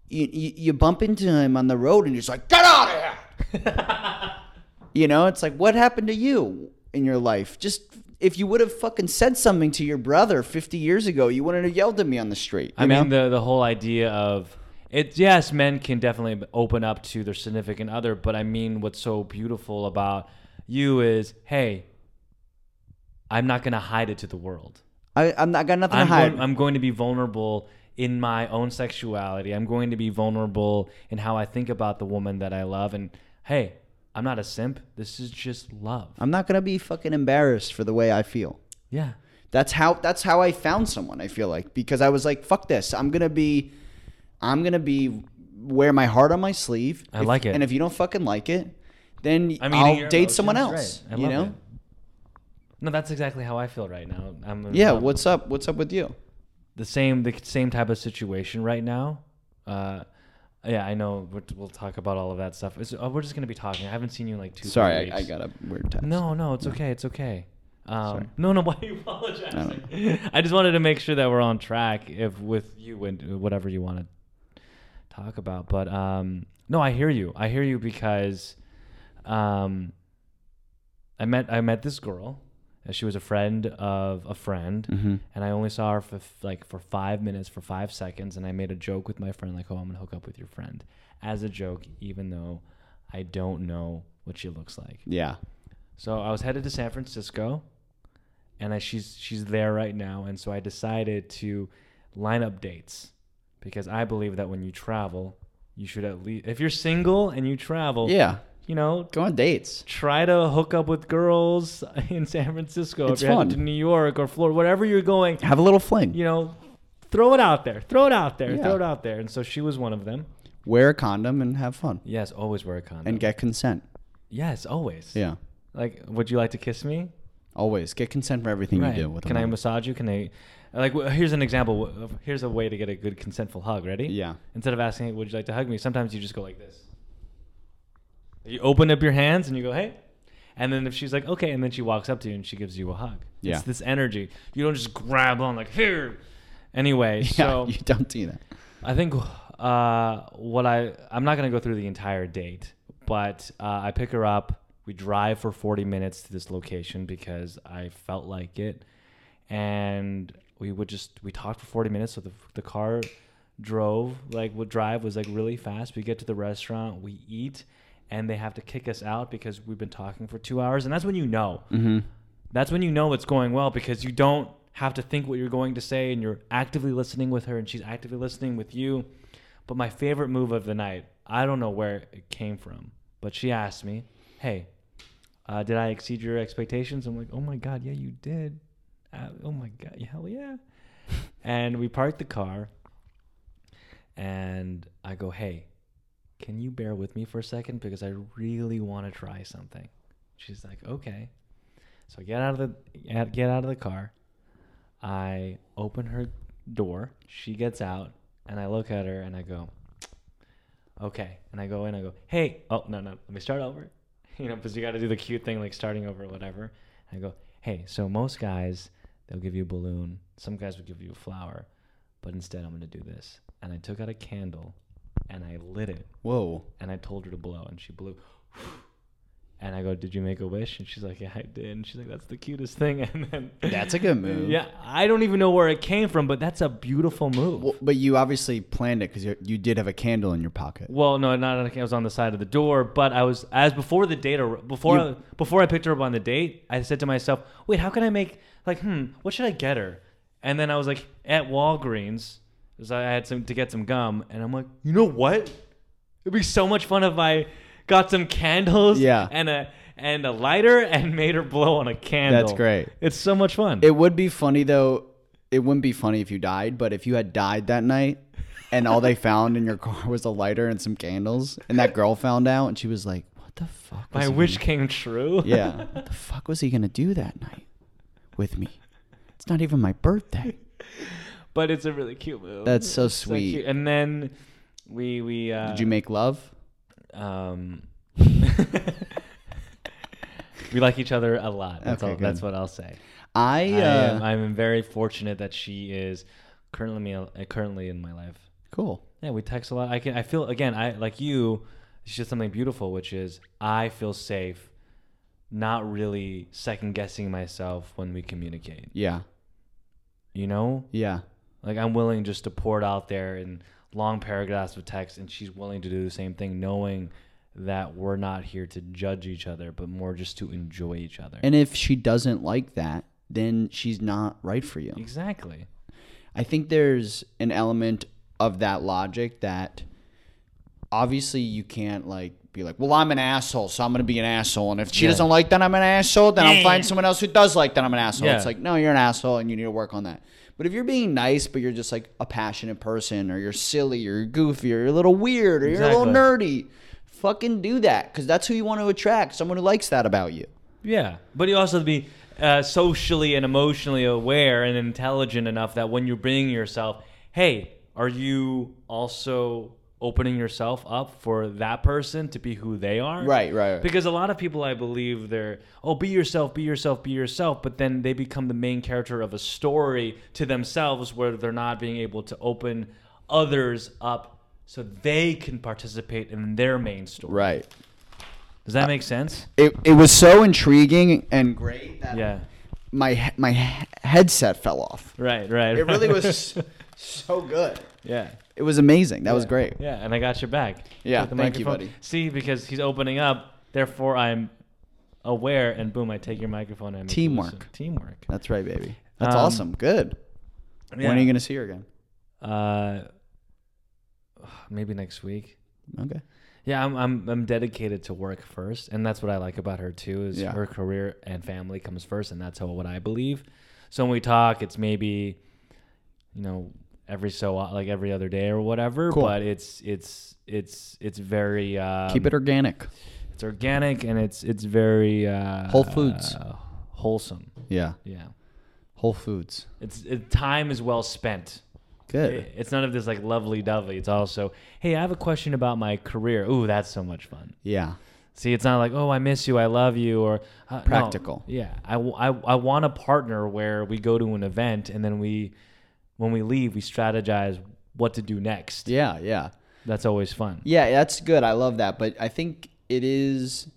You, you you bump into him on the road and he's like, "Get out of here!" you know, it's like, what happened to you in your life? Just if you would have fucking said something to your brother 50 years ago, you wouldn't have yelled at me on the street. I mean, the, the whole idea of it, yes, men can definitely open up to their significant other, but I mean, what's so beautiful about you is hey, I'm not going to hide it to the world. I, I'm not I got nothing I'm to hide. Going, I'm going to be vulnerable in my own sexuality. I'm going to be vulnerable in how I think about the woman that I love. And hey, I'm not a simp. This is just love. I'm not gonna be fucking embarrassed for the way I feel. yeah. That's how that's how I found someone. I feel like because I was like, fuck this. I'm gonna be, I'm gonna be wear my heart on my sleeve. I If- like it. And if you don't fucking like it, then I'm I'm eating I'll your date someone emotions. else. Right. I You love know? it. No, that's exactly how I feel right now. I'm in Yeah. love. What's up? What's up with you? the same the same type of situation right now. Uh, yeah, I know. We're, we'll talk about all of that stuff. It's, oh, we're just gonna be talking. I haven't seen you in like two. three Sorry, weeks. I, I got a weird text. No, no, it's okay. It's okay. Um, no, no. Why are you apologizing? I, just wanted to make sure that we're on track if with you and whatever you want to talk about. But um, no, I hear you. I hear you because um, I met I met this girl. and She was a friend of a friend, Mm. Mm-hmm. and I only saw her for f- like for five minutes, for five seconds, and I made a joke with my friend, like, "Oh, I'm gonna hook up with your friend," as a joke, even though I don't know what she looks like. Yeah. So I was headed to San Francisco, and I, she's she's there right now, and so I decided to line up dates because I believe that when you travel, you should at least if you're single and you travel, Yeah. you know, Go on dates. try to hook up with girls in San Francisco. It's if you're headed fun. to New York or Florida, wherever you're going, Have a little fling. you know, throw it out there, throw it out there, Yeah. throw it out there. And so she was one of them. Wear a condom and have fun Yes, always wear a condom. and get consent. yes, always. Yeah. Like, would you like to kiss me? Always get consent for everything Right. you do. With a Can I woman. massage you? Can I? Like, wh- here's an example. w- of- Here's a way to get a good consentful hug. Ready? Yeah. Instead of asking, "Would you like to hug me?" Sometimes you just go like this. You open up your hands and you go, "Hey," and then if she's like, "Okay," and then she walks up to you and she gives you a hug. Yeah. It's this energy. You don't just grab on like here. Anyway, Yeah. so you don't do that. I think uh, what I I'm not gonna go through the entire date, but uh, I pick her up. We drive for 40 minutes to this location because I felt like it, and we would just we talked for 40 minutes. So the the car drove like would drive was like really fast. We get to the restaurant, we eat, and they have to kick us out because we've been talking for two hours. And that's when you know. That's when you know it's going well because you don't have to think what you're going to say and you're actively listening with her and she's actively listening with you. But my favorite move of the night, I don't know where it came from, but she asked me, Hey, uh, did I exceed your expectations? I'm like, Oh my God, yeah, you did. Uh, oh my God, hell yeah. and we parked the car and I go, Hey, can you bear with me for a second because I really want to try something? She's like, okay. So I get out of the get out of the car. I open her door. She gets out, and I look at her and I go, okay. And I go in. I go, hey. Oh no no. Let me start over. You know, because you got to do the cute thing like starting over or whatever. And I go, hey. So most guys they'll give you a balloon. Some guys will give you a flower, but instead I'm gonna do this. And I took out a candle, and I lit it Whoa. and I told her to blow, and she blew. And I go, "Did you make a wish?" And she's like, "Yeah, I did." And she's like, "That's the cutest thing." And then, That's a good move. yeah, I don't even know where it came from, but that's a beautiful move. Well, Well, but you obviously planned it because you did have a candle in your pocket. no, not like I was on the side of the door, but I was as before the date ar- before You- before I picked her up on the date. I said to myself, "Wait, how can I make like hmm, what should I get her?" And then I was like, at Walgreens, because I had some to get some gum, and I'm like, you know what? It'd be so much fun if I got some candles, Yeah. and a and a lighter, and made her blow on a candle. That's great. It's so much fun. It would be funny though. It wouldn't be funny if you died, but if you had died that night and all they found in your car was a lighter and some candles, and that girl found out and she was like, "What the fuck?" Was My he wish came true. gonna- yeah. What the fuck was he gonna do that night with me? It's not even my birthday. but it's a really cute move. That's so It's sweet. cute. And then we we uh, Did you make love? um we like each other a lot. That's Okay, all, that's good. what I'll say. I, uh, I um, am, I'm very fortunate that she is currently me uh, currently in my life. cool. Yeah, we text a lot. I can I feel again, I like you, it's just something beautiful which is I feel safe not really second guessing myself when we communicate. Yeah. You know? Yeah. Like I'm willing just to pour it out there in long paragraphs of text, and she's willing to do the same thing, knowing that we're not here to judge each other, but more just to enjoy each other. And if she doesn't like that, then she's not right for you. exactly. I think there's an element of that logic that obviously you can't like be like, well, I'm an asshole, so I'm gonna be an asshole, and if she Yeah. doesn't like that, I'm an asshole. Then I'll find someone else who does like that I'm an asshole. Yeah. It's like, no, you're an asshole, and you need to work on that. But if you're being nice, but you're just like a passionate person, or you're silly, or you're goofy, or you're a little weird, or you're a little nerdy, fucking do that because that's who you want to attract. Someone who likes that about you. Yeah, but you also have to be uh, socially and emotionally aware and intelligent enough that when you're bringing yourself, hey, are you also opening yourself up for that person to be who they are? Right, right, right. Because a lot of people, I believe, they're oh, be yourself, be yourself, be yourself, but then they become the main character of a story to themselves, where they're not being able to open others up so they can participate in their main story. Right. Does that make sense? It it was so intriguing and great that Yeah. my he- my he- headset fell off. Right. Right. It really was so good. yeah. It was amazing. That was great. Yeah, and I got your back. Yeah, Take the thank you, microphone. buddy. See, because he's opening up, therefore I'm aware, and boom, I take your microphone. And I make you Teamwork. listen. Teamwork. That's right, baby. That's Um, awesome. Good. When are you gonna see her again? gonna? Uh, maybe next week. Okay. Yeah, I'm, I'm I'm dedicated to work first, and that's what I like about her too. Is Yeah. her career and family comes first, and that's how what I believe. So when we talk, it's maybe, you know, every so uh, like every other day or whatever. Cool. But it's it's it's it's very um, Keep it organic. It's organic and it's it's very uh, Whole foods. uh, wholesome. Yeah. Yeah, Whole Foods. it's it, time is well spent. Good. It- it's none of this like lovely dovey. It's also hey, I have a question about my career. Ooh, that's so much fun. Yeah. See, it's not like oh, I miss you, I love you, or uh, no. Practical. Yeah, I, w- I, I want a partner where we go to an event and then we, when we leave, we strategize what to do next. Yeah. Yeah. That's always fun. Yeah. That's good. I love that. But I think it is.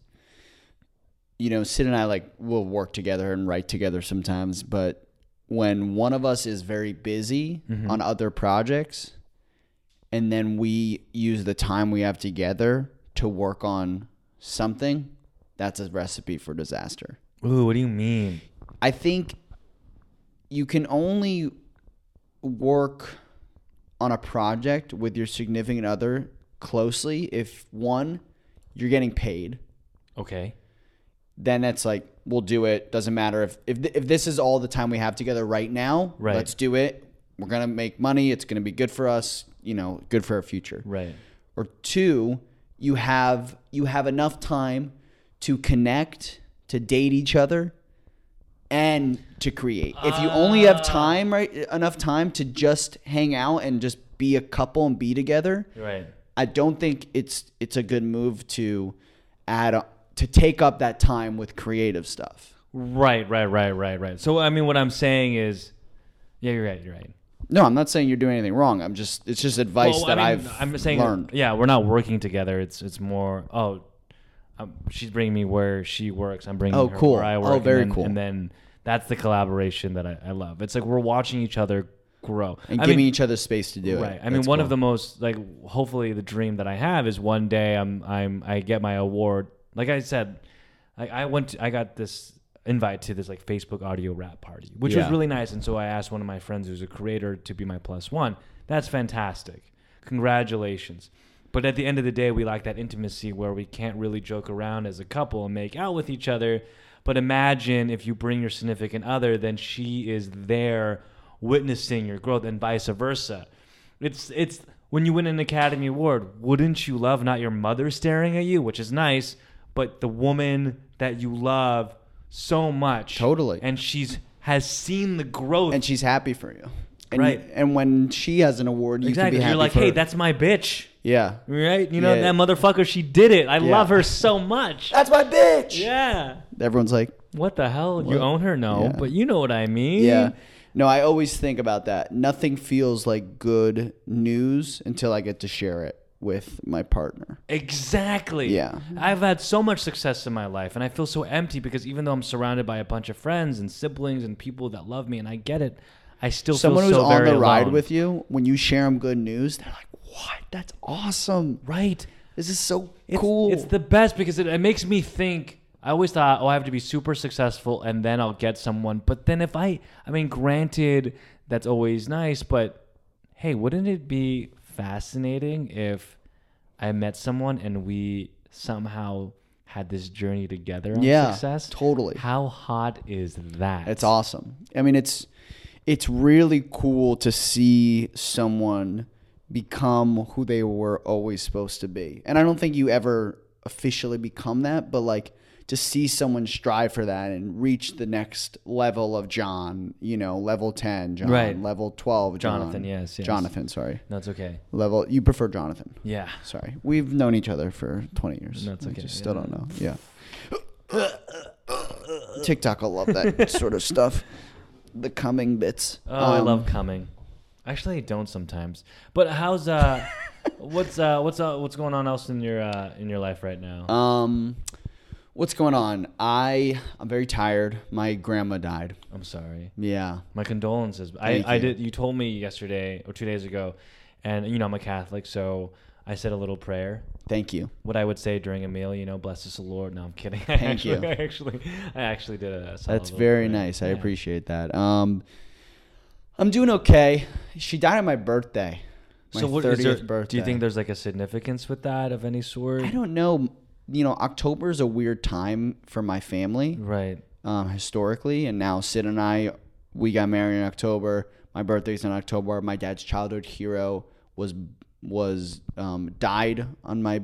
You know, Sid and I like will work together and write together sometimes, but when one of us is very busy on other projects, and then we use the time we have together to work on something, that's a recipe for disaster. Ooh, what do you mean? I think you can only work on a project with your significant other closely if one, you're getting paid. Okay. Then it's like we'll do it. Doesn't matter if if th- if this is all the time we have together right now. Right. Let's do it. We're gonna make money. It's gonna be good for us. You know, good for our future Right. or two you have you have enough time to connect to date each other and to create if you only Ah. have time right enough time to just hang out and just be a couple and be together Right. i don't think it's it's a good move to add a, to take up that time with creative stuff Right, right, right, right, right. So I mean what I'm saying is Yeah, you're right, you're right. no i'm not saying you're doing anything wrong i'm just it's just advice Well, that I I mean, have I'm saying learned Yeah, we're not working together. It's it's more oh um, she's bringing me where she works. I'm bringing Oh, her cool. where I Oh, work. and very then- cool. And then that's the collaboration that I, I love. It's like we're watching each other grow and I mean, giving each other space to do it right. I mean, That's one cool. of the most like hopefully the dream that I have is one day I'm I'm I get my award. Like I said, I, I went to, I got this invite to this like Facebook audio rap party, which Yeah. was really nice. And so I asked one of my friends who's a creator to be my plus one. That's fantastic. Congratulations. But at the end of the day, we lack that intimacy where we can't really joke around as a couple and make out with each other. But imagine if you bring your significant other, then she is there witnessing your growth and vice versa. It's it's when you win an Academy Award, wouldn't you love not your mother staring at you, which is nice, but the woman that you love so much. Totally. And she's has seen the growth. and she's happy for you. And Right. and when she has an award, you exactly. can be happy You're like, for hey, her. that's my bitch. yeah. Right? You know, Yeah. that motherfucker, she did it. I Yeah. love her so much. That's my bitch. yeah. Everyone's like, What the hell? You own her? No, Yeah. but you know what I mean. yeah. No, I always think about that. Nothing feels like good news until I get to share it with my partner. Exactly. Yeah. I've had so much success in my life and I feel so empty because even though I'm surrounded by a bunch of friends and siblings and people that love me and I get it, I still Someone feel who's so on very the ride alone. with you, when you share them good news, they're like, "What? That's awesome! Right. This is so It's, cool." It's the best because it, it makes me think. I always thought, oh, I have to be super successful and then I'll get someone. But then if I, I mean, granted, that's always nice, but hey, wouldn't it be fascinating if I met someone and we somehow had this journey together on Yeah, success? totally. How hot is that? It's awesome. I mean, it's it's really cool to see someone become who they were always supposed to be. And I don't think you ever officially become that, but like to see someone strive for that and reach the next level of John, you know, level 10, John, Right. level 12, John. Jonathan, yes, yes. Jonathan, sorry. That's okay. Level you prefer Jonathan. Yeah. Sorry. We've known each other for 20 years. That's We okay, just still yeah. don't know. Yeah. TikTok will love that sort of stuff. The coming bits. Oh, I Um, love coming. Actually, I don't sometimes. But how's uh, what's uh, what's uh, what's going on else in your uh, in your life right now? Um, what's going on? I I'm very tired. My grandma died. I'm sorry. Yeah. My condolences. I, Thank I you. did. You told me yesterday or two days ago, and you know I'm a Catholic, so I said a little prayer. Thank you. What I would say during a meal, you know, bless us, the Lord. No, I'm kidding. I Thank actually, you. I actually, I actually did a. solid That's little very prayer. nice. I Yeah. appreciate that. Um, I'm doing okay. She died on my birthday. My So, what is 30th there, birthday. do you think there's like a significance with that of any sort? I don't know. You know, October is a weird time for my family. Right. um, historically. And now Sid and I, we got married in October. My birthday's in October. My dad's childhood hero was was um, died on my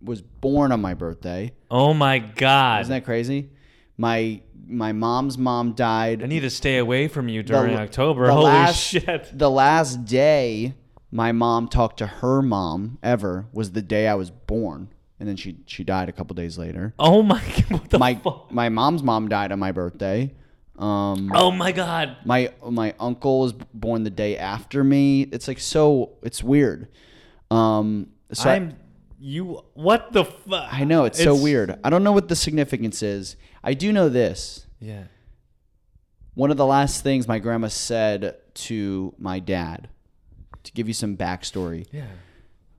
was born on my birthday. Oh my God. Isn't that crazy? My my mom's mom died I need to stay away from you during October. the Holy last- shit. The last day my mom talked to her mom ever was the day I was born, and then she she died a couple days later. Oh my god. What the My fuck? my mom's mom died on my birthday. Um, Oh my god. my my uncle was born the day after me. It's like so it's weird. Um so i I'm you what the fuck? I know it's, so weird. I don't know what the significance is. I do know this. Yeah. One of the last things my grandma said to my dad to give you some backstory. Yeah.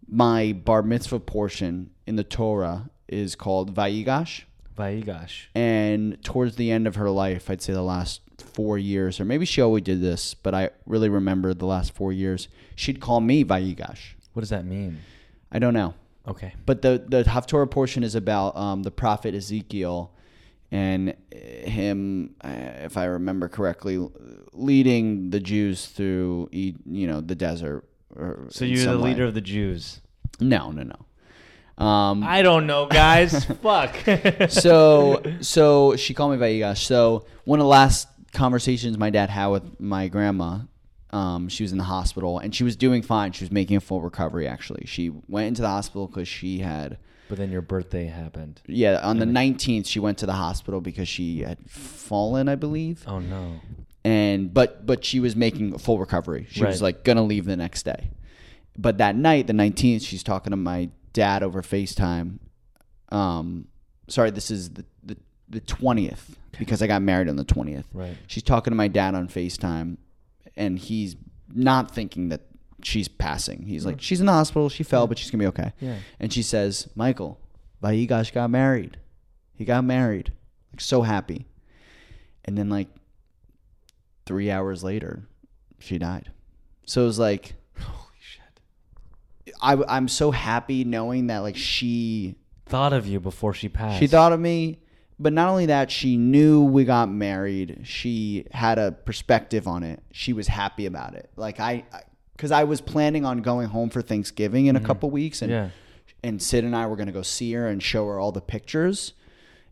My bar mitzvah portion in the Torah is called Vaigash. Vaigash. And towards the end of her life, I'd say the last four years, or maybe she always did this, but I really remember the last four years, she'd call me Vaigash. What does that mean? I don't know. Okay. But the the Haftorah portion is about um, the prophet Ezekiel and him, uh, if I remember correctly, leading the Jews through E- you know the desert. Or So in you're the some way. leader of the Jews. No, no, no. Um, I don't know, guys. Fuck. so so she called me Vaigash. So one of the last conversations my dad had with my grandma, um, she was in the hospital and she was doing fine. She was making a full recovery. Actually, she went into the hospital because she had but then your birthday happened. yeah on the nineteenth she went to the hospital because she had fallen, I believe. Oh no. And but but she was making a full recovery. She was Right. like gonna leave the next day. But that night, the nineteenth, she's talking to my dad over FaceTime. Um, sorry, this is the the the twentieth because I got married on the twentieth. Right. She's talking to my dad on FaceTime, and he's not thinking that she's passing. He's like, she's in the hospital. She fell, but she's gonna be okay. Yeah. And she says, Michael, Vaigash got married. He got married. Like so happy. And then like three hours later, she died. So it was like Holy shit. I, I'm so happy knowing that like she Thought of you before she passed. she thought of me, but not only that, she knew we got married. She had a perspective on it. She was happy about it. Like I, because I, was planning on going home for Thanksgiving in a couple weeks, and Mm. Yeah. and Sid and I were gonna go see her and show her all the pictures,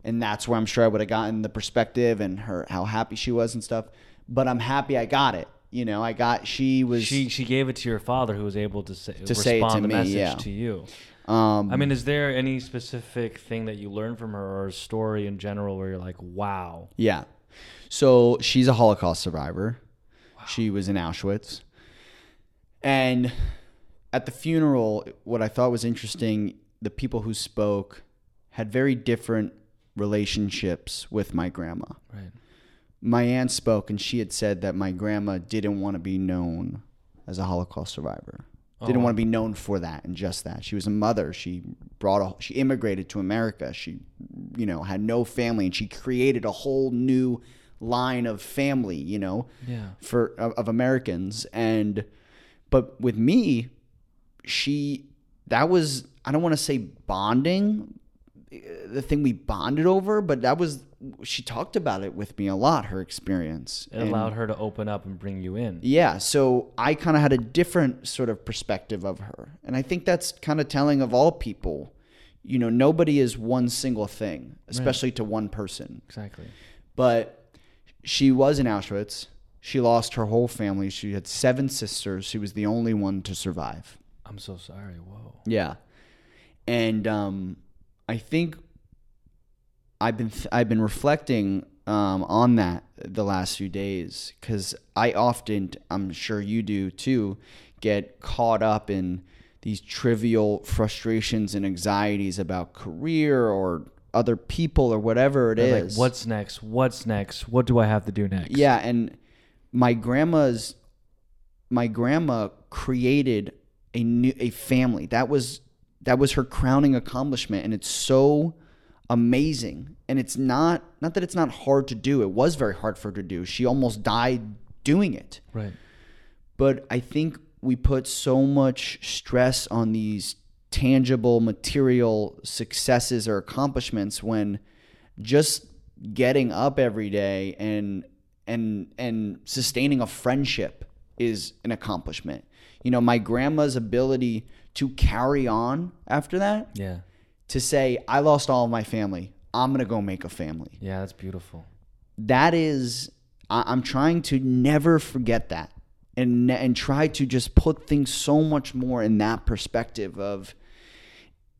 and that's where I'm sure I would have gotten the perspective and her how happy she was and stuff. But I'm happy I got it. You know, I got she was She she gave it to your father, who was able to say To respond say it to the me, message yeah. to you. um I mean, is there any specific thing that you learned from her or a story in general where you're like, wow? Yeah. So she's a Holocaust survivor. She was in Auschwitz. And at the funeral, what I thought was interesting, the people who spoke had very different relationships with my grandma. Right. My aunt spoke and she had said that my grandma didn't want to be known as a Holocaust survivor. Didn't want to be known for that and just that. She was a mother. She brought a she immigrated to America. She you know, had no family and she created a whole new line of family, you know, Yeah. for of, of Americans and but with me she that was I don't want to say bonding eh, the thing we bonded over, but that was she talked about it with me a lot her experience. It And- allowed her to open up and bring you in. yeah, so I kind of had a different sort of perspective of her. And I think that's kind of telling of all people. You know, nobody is one single thing, especially to one person. Exactly. But she was in Auschwitz. She lost her whole family. She had seven sisters. She was the only one to survive. I'm so sorry. Whoa. Yeah, and um, I think I've been I've been reflecting um, on that the last few days because I often I'm sure you do too get caught up in these trivial frustrations and anxieties about career or other people or whatever it is. Like, what's next? What's next? What do I have to do next? Yeah, and my grandma's my grandma created a new a family. That was that was her crowning accomplishment and it's so amazing. And it's not not that it's not hard to do. It was very hard for her to do. She almost died doing it Right. but I think we put so much stress on these tangible material successes or accomplishments when just getting up every day and and and sustaining a friendship is an accomplishment. You know, my grandma's ability to carry on after that Yeah. to say I lost all of my family. I'm going to go make a family Yeah. That's beautiful. that is I, i'm trying to never forget that and and try to just put things so much more in that perspective of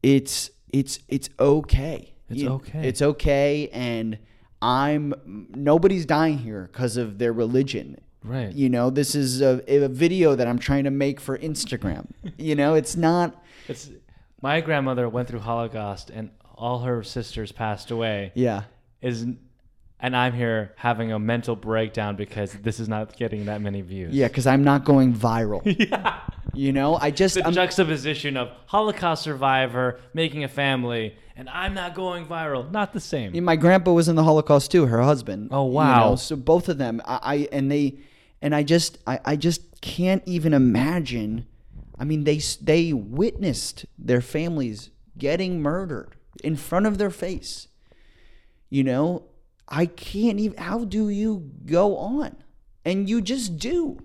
it's it's it's okay It's You- okay. it's okay and i'm nobody's dying here because of their religion Right. you know this is a, a video that i'm trying to make for instagram you know it's not It's my grandmother went through Holocaust and all her sisters passed away. yeah Is and I'm here having a mental breakdown because this is not getting that many views. yeah because i'm not going viral Yeah. You know, I just the I'm, juxtaposition of Holocaust survivor making a family and I'm not going viral. Not the same. my grandpa was in the Holocaust too. Her husband. Oh, you wow. know, so both of them, I, I and they, and I just I, I just can't even imagine. I mean, they s- they witnessed their families getting murdered in front of their face. You know, I can't even. How do you go on? And you just do.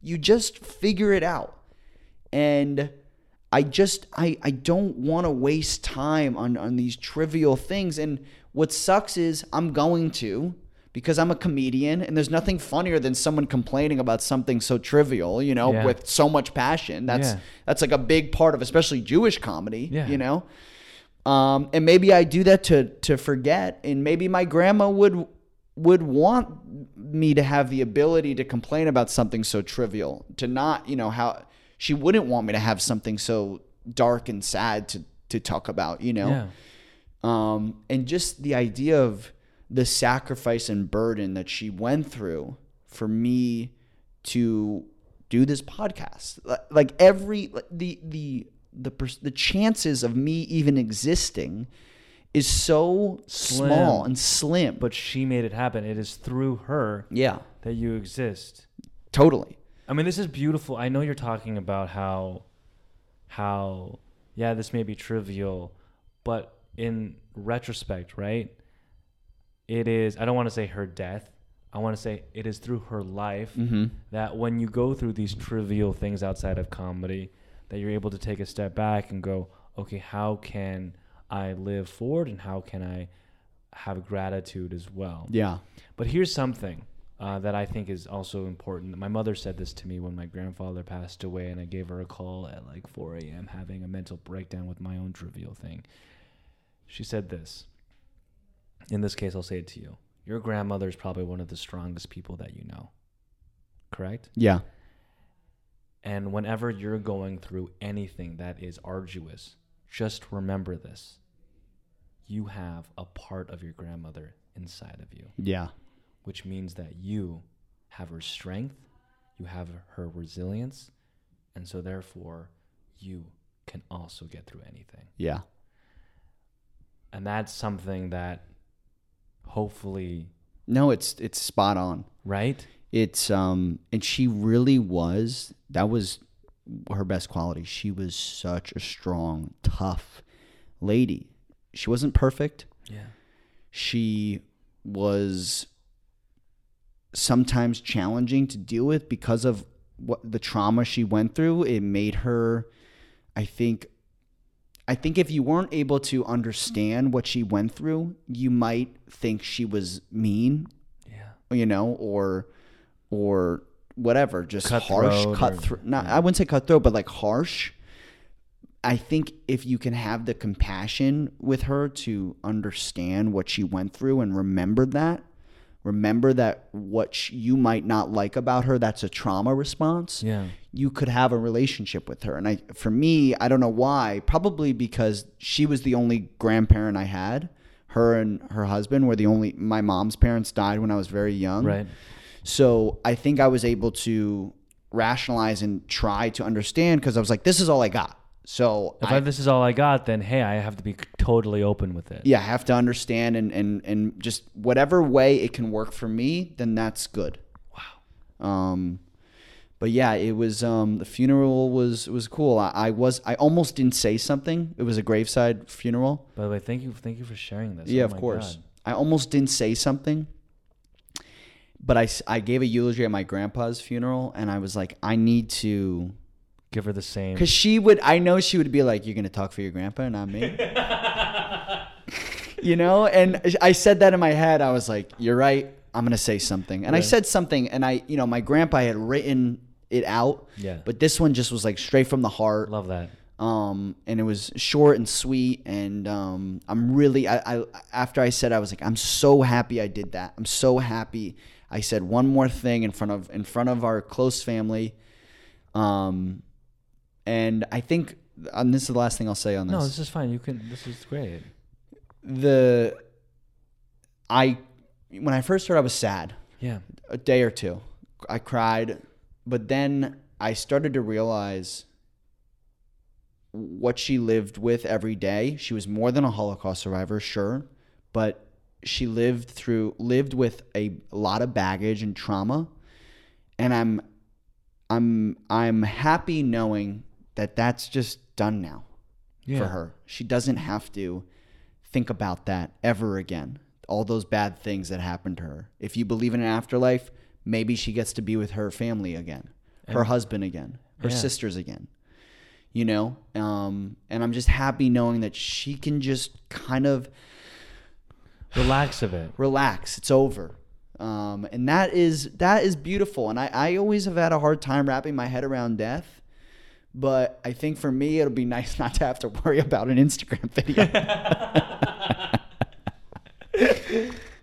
You just figure it out. and I just I I don't want to waste time on on these trivial things and what sucks is I'm going to because I'm a comedian and there's nothing funnier than someone complaining about something so trivial, you know, Yeah. with so much passion. That's Yeah. that's like a big part of especially Jewish comedy, Yeah. you know. Um, and maybe I do that to to forget, and maybe my grandma would would want me to have the ability to complain about something so trivial, to not, you know, how she wouldn't want me to have something so dark and sad to to talk about, you know yeah. um, and just the idea of the sacrifice and burden that she went through for me to do this podcast Li- like every like, the the the pers- the chances of me even existing is so small Slim. and slim but But she made it happen. It is through her yeah that you exist. totally I mean, this is beautiful. I know you're talking about how, how, yeah, this may be trivial, but in retrospect, right? It is, I don't want to say her death. I want to say it is through her life that when you go through these trivial things outside of comedy, that you're able to take a step back and go, okay, how can I live forward and how can I have gratitude as well? yeah But here's something uh, that I think is also important. My mother said this to me when my grandfather passed away, and I gave her a call at like 4 a.m. having a mental breakdown with my own trivial thing. She said this. In this case, I'll say it to you. Your grandmother is probably one of the strongest people that you know, correct? yeah And whenever you're going through anything that is arduous, just remember this. You have a part of your grandmother inside of you yeah which means that you have her strength, you have her resilience, and so therefore you can also get through anything. yeah And that's something that hopefully, no it's it's spot on right? it's um and she really was that was her best quality she was such a strong tough lady she wasn't perfect Yeah. she was sometimes challenging to deal with because of what the trauma she went through it made her i think i think if you weren't able to understand what she went through you might think she was mean Yeah. you know, or or whatever, just harsh, Cutthroat cut or- through. Not, I wouldn't say cutthroat, but like harsh. I think if you can have the compassion with her to understand what she went through and remember that, remember that what sh you might not like about her, that's a trauma response Yeah. you could have a relationship with her. And I, for me, I don't know why. Probably because she was the only grandparent I had. Her and her husband were the only. My mom's parents died when I was very young. Right. So I think I was able to rationalize and try to understand because I was like, this is all I got. So If I, this is all I got, then hey, I have to be totally open with it. yeah, I have to understand and and and just whatever way it can work for me, then that's good. Wow. Um, but yeah, it was um the funeral was was cool. I, I was I almost didn't say something. It was a graveside funeral. By the way, thank you, thank you for sharing this. yeah, Oh of my course. God. I almost didn't say something. But I, s- I gave a eulogy at my grandpa's funeral, and I was like, I need to Give her the same. Cause she would, I know she would be like, "You're gonna talk for your grandpa, not me." you know, and I said that in my head. I was like, "You're right. I'm gonna say something," and I said something, and I, you know, my grandpa had written it out, Yeah. But this one just was like straight from the heart, Love that. um, and it was short and sweet. And um, I'm really, I, I after I said, I was like, "I'm so happy I did that. I'm so happy." I said one more thing in front of in front of our close family. Um, and I think, and this is the last thing I'll say on this. No, this is fine. You can. This is great. the I when I first heard, I was sad Yeah. a day or two. I cried, but then I started to realize what she lived with every day. She was more than a Holocaust survivor, sure, but she lived through lived with a lot of baggage and trauma. And I'm I'm I'm happy knowing that that's just done now for her. She doesn't have to think about that ever again. All those bad things that happened to her. If you believe in an afterlife, maybe she gets to be with her family again, her husband again, her Yeah. sisters again. You know, um, and I'm just happy knowing that she can just kind of Relax a bit. relax it's over um, and that is that is beautiful and I, I always have had a hard time wrapping my head around death but i think for me it'll be nice not to have to worry about an instagram video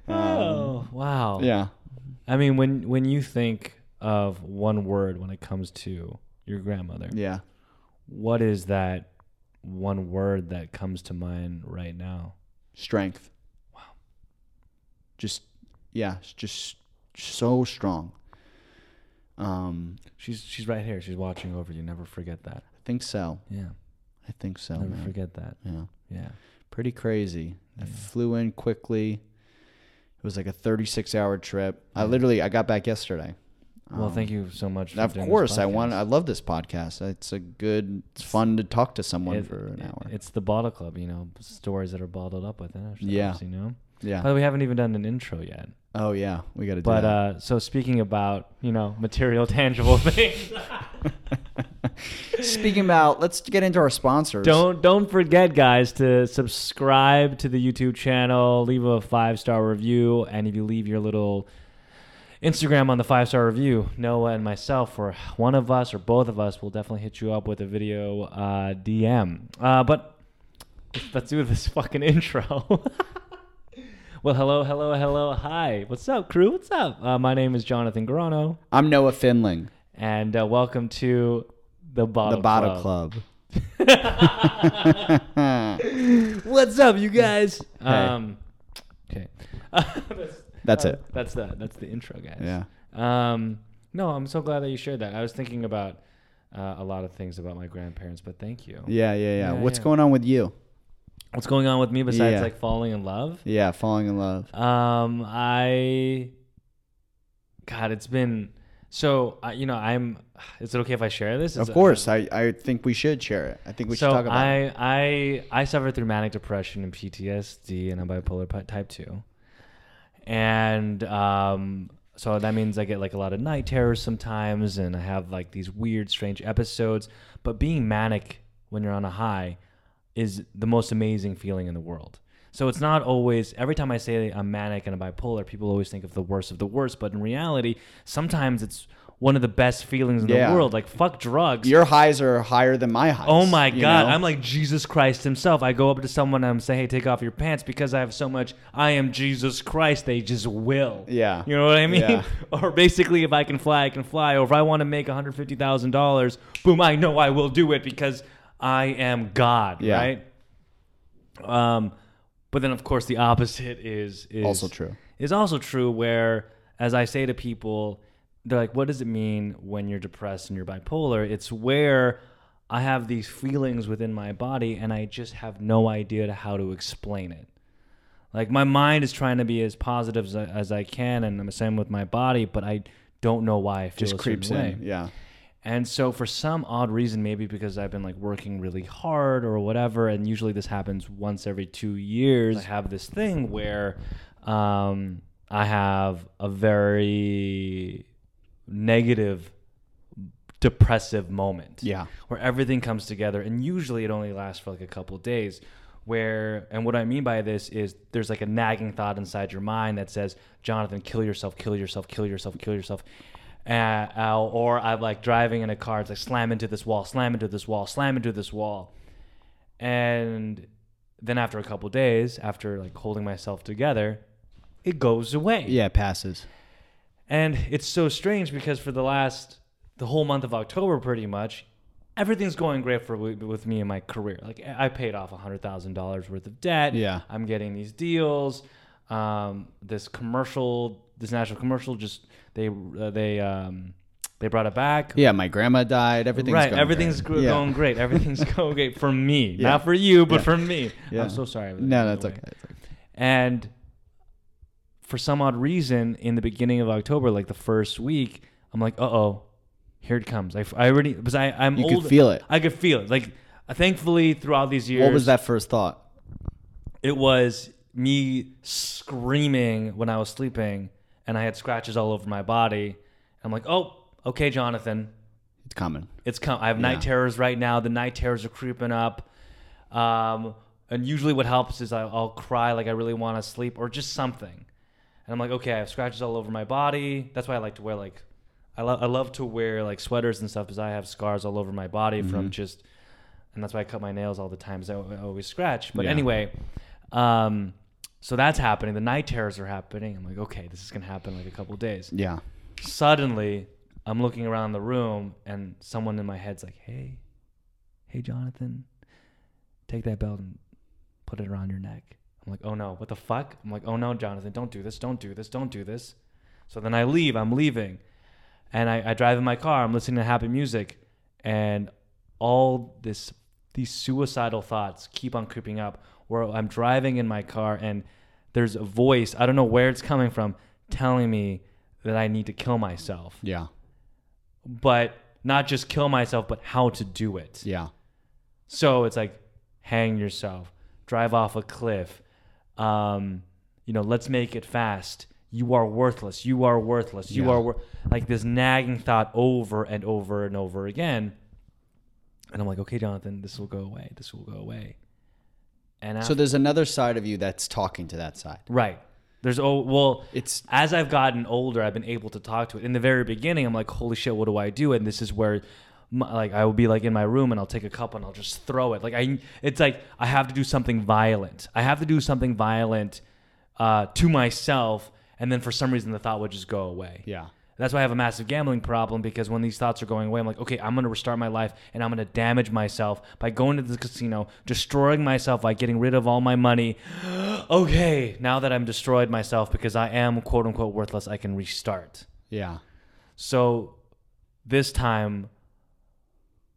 oh wow. yeah I mean, when when you think of one word when it comes to your grandmother, yeah what is that one word that comes to mind right now? strength wow just yeah it's just so strong um She's she's right here. She's watching over you. Never forget that. i think so Yeah. i think so Never Oh, man. forget that. yeah Yeah. pretty crazy. I flew in quickly. It was like a 36 hour trip. I literally I got back yesterday. Well, thank you so much. For Um, Of doing this course, I want. podcast. I love this podcast. It's a good. It's fun to talk to someone It- for an it- hour. It's the bottle club, you know, stories that are bottled up within ourselves. Yeah. You know. yeah. By the way, we haven't even done an intro yet. oh yeah, we got to do But that. uh, so speaking about you know material tangible things, Speaking about, let's get into our sponsors. uh, don't don't forget guys to subscribe to the YouTube channel, leave a five star review, and if you leave your little Instagram on the five star review, Noah and myself, or one of us or both of us, will definitely hit you up with a video uh, DM. Uh, but let's do this fucking intro. well, hello, hello, hello, hi. What's up, crew? What's up? Uh, my name is Jonathan Garano. I'm Noah Finling, and uh, welcome to the bottle the Bottle Club. Club. What's up, you guys? Hey. Um, okay, that's, uh, That's it. That's the that's the intro, guys. yeah. Um, no, I'm so glad that you shared that. I was thinking about uh, a lot of things about my grandparents, but thank you. Yeah, yeah, yeah. Yeah, What's yeah. going on with you? What's going on with me besides Yeah. like falling in love? Yeah, falling in love. Um, I, God, it's been so. I you know, I'm. Is it okay if I share this? Is Of it- course, I, I think we should share it. I think we should so talk about it. I, I I suffer through manic depression and PTSD, and I'm bipolar pi- type two, and um, so that means I get like a lot of night terrors sometimes, and I have like these weird, strange episodes. But being manic when you're on a high is the most amazing feeling in the world. So it's not always every time I say I'm manic and I'm bipolar, people always think of the worst of the worst. But in reality, sometimes it's one of the best feelings in Yeah. the world. Like fuck drugs. Your highs are higher than my highs. Oh my you God. know? I'm like Jesus Christ himself. I go up to someone and I'm saying, hey, take off your pants because I have so much. I am Jesus Christ. They just will. Yeah. You know what I mean? Yeah. or basically, if I can fly, I can fly. Or if I want to make $150,000, boom, I know I will do it because I am God. Yeah. Right? Um, but then, of course, the opposite is, is Also true. Is also true. Where, as I say to people, they're like, "What does it mean when you're depressed and you're bipolar?" It's where I have these feelings within my body, and I just have no idea to how to explain it. Like my mind is trying to be as positive as I, as I can, and I'm the same with my body, but I don't know why I feel just a creeps in. certain way. Yeah. And so, for some odd reason, maybe because I've been like working really hard or whatever, and usually this happens once every two years, I have this thing where um, I have a very negative, depressive moment Yeah. where everything comes together and usually it only lasts for like a couple of days where and what i mean by this is there's like a nagging thought inside your mind that says jonathan kill yourself kill yourself kill yourself kill yourself uh, ow, or i'm like driving in a car it's like slam into this wall slam into this wall slam into this wall and then after a couple of days after like holding myself together it goes away Yeah, it passes. and it's so strange because for the last the whole month of October, pretty much, everything's going great for with me and my career. Like I paid off hundred thousand dollars worth of debt. Yeah. I'm getting these deals. Um, this commercial, this national commercial, just they uh, they um, They brought it back. Yeah, my grandma died. Everything's right, going everything's great. gr- Yeah. going great. Everything's going great for me, Yeah. not for you, but Yeah. for me. Yeah. I'm so sorry. about No, that, that's by the way. okay. That's okay. And for some odd reason, in the beginning of October, like the first week, I'm like, uh oh, here it comes. I, I already because I I'm You old. could feel it. I could feel it. Like thankfully, throughout these years, What was that first thought? it was me screaming when I was sleeping, and I had scratches all over my body. I'm like, oh, okay, Jonathan, It's common. it's come. I have Yeah. night terrors right now. The night terrors are creeping up. Um, and usually what helps is I, I'll cry like I really want to sleep or just something. And I'm like, okay, I have scratches all over my body. That's why I like to wear like, I love I love to wear like sweaters and stuff because I have scars all over my body Mm-hmm. from just, and that's why I cut my nails all the time. So I always scratch. But Yeah. anyway, um, so that's happening. The night terrors are happening. I'm like, okay, this is gonna happen in, like a couple days Yeah. suddenly I'm looking around the room and someone in my head's like, "Hey, hey, Jonathan, take that belt and put it around your neck." I'm like, "Oh no, what the fuck?" I'm like, "Oh no, Jonathan, don't do this, don't do this, don't do this." So then I leave. I'm leaving, and I, I drive in my car. I'm listening to happy music, and all this these suicidal thoughts keep on creeping up. Where I'm driving in my car and there's a voice I don't know where it's coming from telling me that I need to kill myself, Yeah. but not just kill myself, but how to do it. Yeah. So it's like hang yourself, drive off a cliff. Um, you know, let's make it fast. You are worthless. You are worthless. You Yeah. are wor-. like this nagging thought over and over and over again. And I'm like, okay, Jonathan, this will go away. This will go away. And after, So there's another side of you that's talking to that side. right, there's oh well, It's as I've gotten older, I've been able to talk to it. In the very beginning, I'm like, holy shit, what do I do? And this is where, my, like, I will be like in my room and I'll take a cup and I'll just throw it. Like, I, it's like I have to do something violent. I have to do something violent uh, to myself, and then for some reason, the thought would just go away. yeah. That's why I have a massive gambling problem because when these thoughts are going away, I'm like, okay, I'm going to restart my life and I'm going to damage myself by going to the casino, destroying myself by getting rid of all my money. okay, now that I'm destroyed myself because I am quote unquote worthless, I can restart. Yeah. So this time,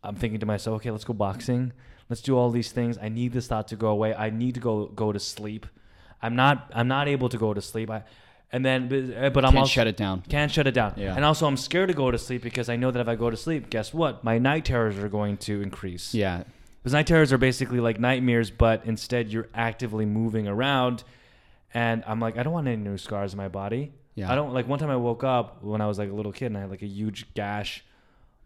I'm thinking to myself, okay, let's go boxing. Let's do all these things. I need this thought to go away. I need to go go to sleep. I'm not I'm not able to go to sleep. I, and then, but, but I'm Can't also shut it down. can't shut it down. Yeah. And also, I'm scared to go to sleep because I know that if I go to sleep, guess what? My night terrors are going to increase. Yeah. Because night terrors are basically like nightmares, but instead you're actively moving around. And I'm like, I don't want any new scars in my body. Yeah. I don't like. One time I woke up when I was like a little kid and I had like a huge gash,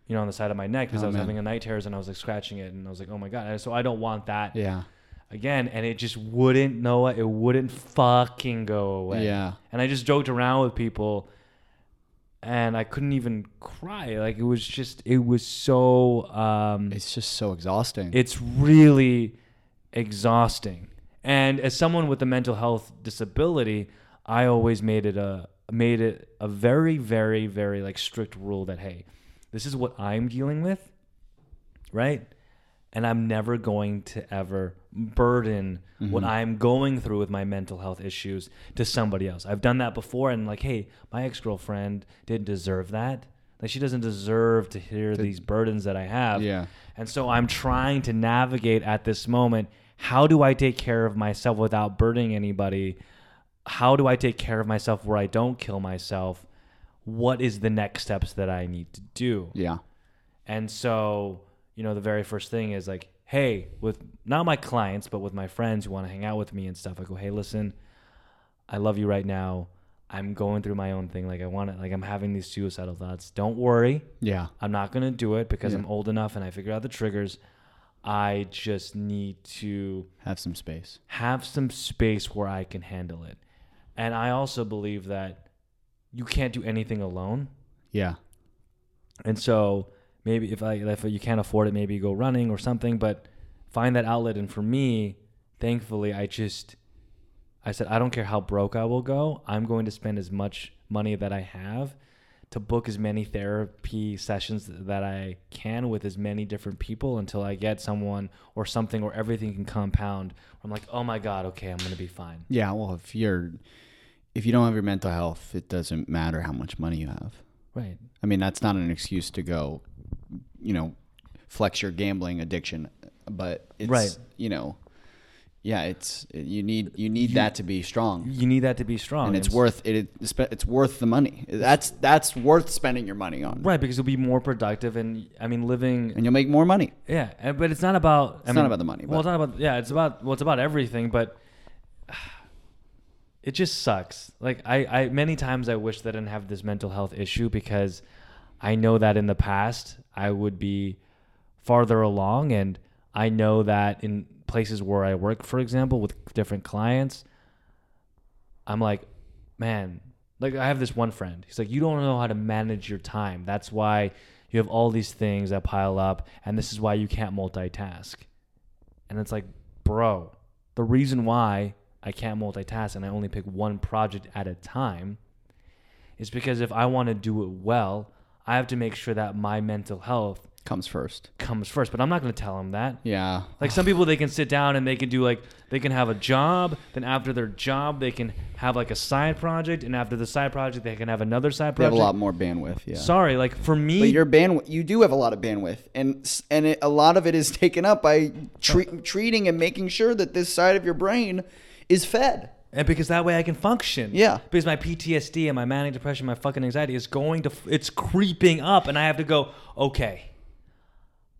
you know, on the side of my neck because Oh, I was man. having a night terrors and I was like scratching it and I was like, oh my god. And so I don't want that Yeah. again. And it just wouldn't, Noah. It wouldn't fucking go away. Yeah. And I just joked around with people and I couldn't even cry. Like it was just it was so um It's just so exhausting. it's really exhausting. And as someone with a mental health disability, I always made it a made it a very very very like strict rule that hey, this is what I'm dealing with, right? And I'm never going to ever burden what I'm going through with my mental health issues to somebody else. I've done that before and like, hey, my ex-girlfriend didn't deserve that. Like she doesn't deserve to hear these burdens that I have. Yeah. And so I'm trying to navigate at this moment how do I take care of myself without burdening anybody? How do I take care of myself where I don't kill myself? What is the next steps that I need to do? yeah. And so, you know, the very first thing is like, hey, with not my clients, but with my friends who want to hang out with me and stuff, I go, hey, listen, I love you right now. I'm going through my own thing. Like, I want to, like, I'm having these suicidal thoughts. Don't worry. Yeah. I'm not going to do it because Yeah. I'm old enough and I figured out the triggers. I just need to Have some space. have some space where I can handle it. And I also believe that you can't do anything alone. Yeah. And so maybe if I if you can't afford it, maybe you go running or something, but find that outlet. And for me, thankfully, I just I said I don't care how broke I will go. I'm going to spend as much money that I have to book as many therapy sessions that I can with as many different people until I get someone or something or everything can compound. I'm like, oh my god, okay, I'm gonna be fine. Yeah. Well, if you're, if you don't have your mental health, it doesn't matter how much money you have. Right. I mean, that's not an excuse to go, you know, flex your gambling addiction, but it's Right. you know, yeah, it's you need you need that to be strong. You need that to be strong. and it's And s- worth it. It's spe- it's worth the money. That's that's worth spending your money on, Right, because you'll be more productive, and I mean, living and you'll make more money. Yeah, and- but it's not about. It's not about the money, Well, but- it's not about. Yeah, it's about. Well, it's about everything, but it just sucks. Like I, I many times I wish that I didn't have this mental health issue because I know that in the past I would be farther along, and I know that in places where I work, for example, with different clients, I'm like, man, like I have this one friend. He's like, you don't know how to manage your time. That's why you have all these things that pile up, and this is why you can't multitask. And it's like, bro, the reason why I can't multitask and I only pick one project at a time is because if I want to do it well, I have to make sure that my mental health Comes first. comes first. But I'm not going to tell him that. Yeah, Like some people, they can sit down and they can do like they can have a job. Then after their job, they can have like a side project, and after the side project, they can have another side project. they have a lot more bandwidth. Yeah. Sorry, like for but me, your bandwidth, you do have a lot of bandwidth, and s- and it, a lot of it is taken up by tre- treating and making sure that this side of your brain is fed. and because that way I can function. Yeah. Because my PTSD and my manic depression, my fucking anxiety is going to, it's creeping up, and I have to go. Okay,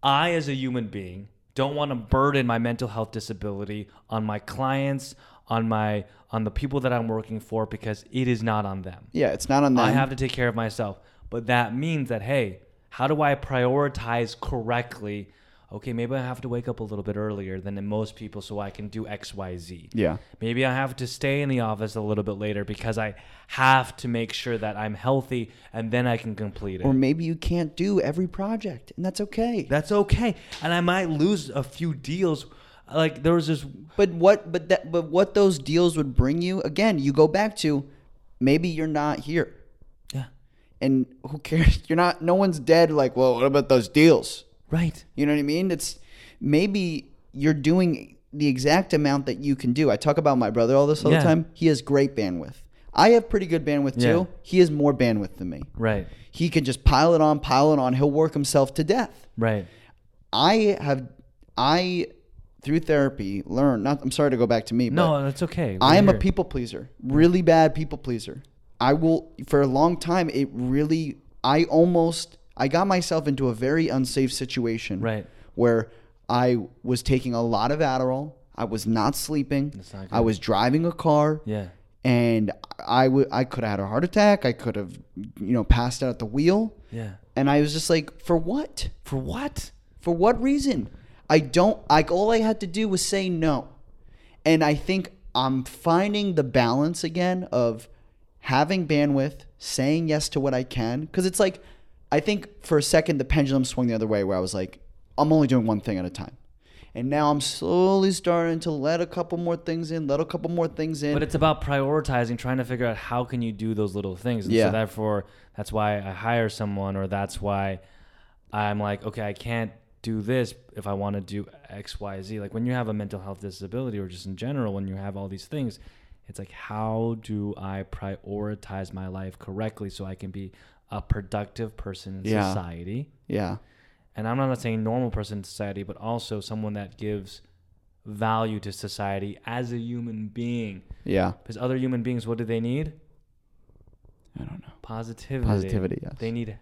I as a human being don't want to burden my mental health disability on my clients, on my on the people that I'm working for, because it is not on them. Yeah, it's not on them. I have to take care of myself. But that means that, hey, how do I prioritize correctly? Okay, maybe I have to wake up a little bit earlier than most people so I can do X, Y, Z. Yeah. Maybe I have to stay in the office a little bit later because I have to make sure that I'm healthy and then I can complete it. or maybe you can't do every project, and that's okay. That's okay. And I might lose a few deals. Like there was this But what but that but what those deals would bring you again, you go back to maybe you're not here. Yeah. And who cares? You're not no one's dead like, well, what about those deals? Right. You know what I mean? It's maybe you're doing the exact amount that you can do. I talk about my brother all this all Yeah. the time. He has great bandwidth. I have pretty good bandwidth Yeah. too. He has more bandwidth than me. Right. He can just pile it on, pile it on. He'll work himself to death. Right. I have I through therapy learned not I'm sorry to go back to me, but No, that's okay. I am a We're here. people pleaser, really bad people pleaser. I will for a long time. It really, I almost, I got myself into a very unsafe situation, Right. where I was taking a lot of Adderall. I was not sleeping. not good. I was driving a car, Yeah. and I would, I could have had a heart attack. I could have, you know, passed out at the wheel. Yeah. And I was just like, for what? For what? For what reason? I don't like all I had to do was say no. And I think I'm finding the balance again of having bandwidth, saying yes to what I can cuz it's like I think for a second the pendulum swung the other way where I was like I'm only doing one thing at a time. And now I'm slowly starting to let a couple more things in, let a couple more things in. But it's about prioritizing, trying to figure out how can you do those little things. And Yeah. so therefore that's why I hire someone or that's why I'm like, okay, I can't do this if I want to do X, Y, Z. Like when you have a mental health disability or just in general, when you have all these things, it's like how do I prioritize my life correctly so I can be a productive person in Yeah. society? yeah. and I'm not saying normal person in society, but also someone that gives value to society as a human being. Yeah. Because other human beings, what do they need? I don't know. Positivity. Positivity, yes. They need,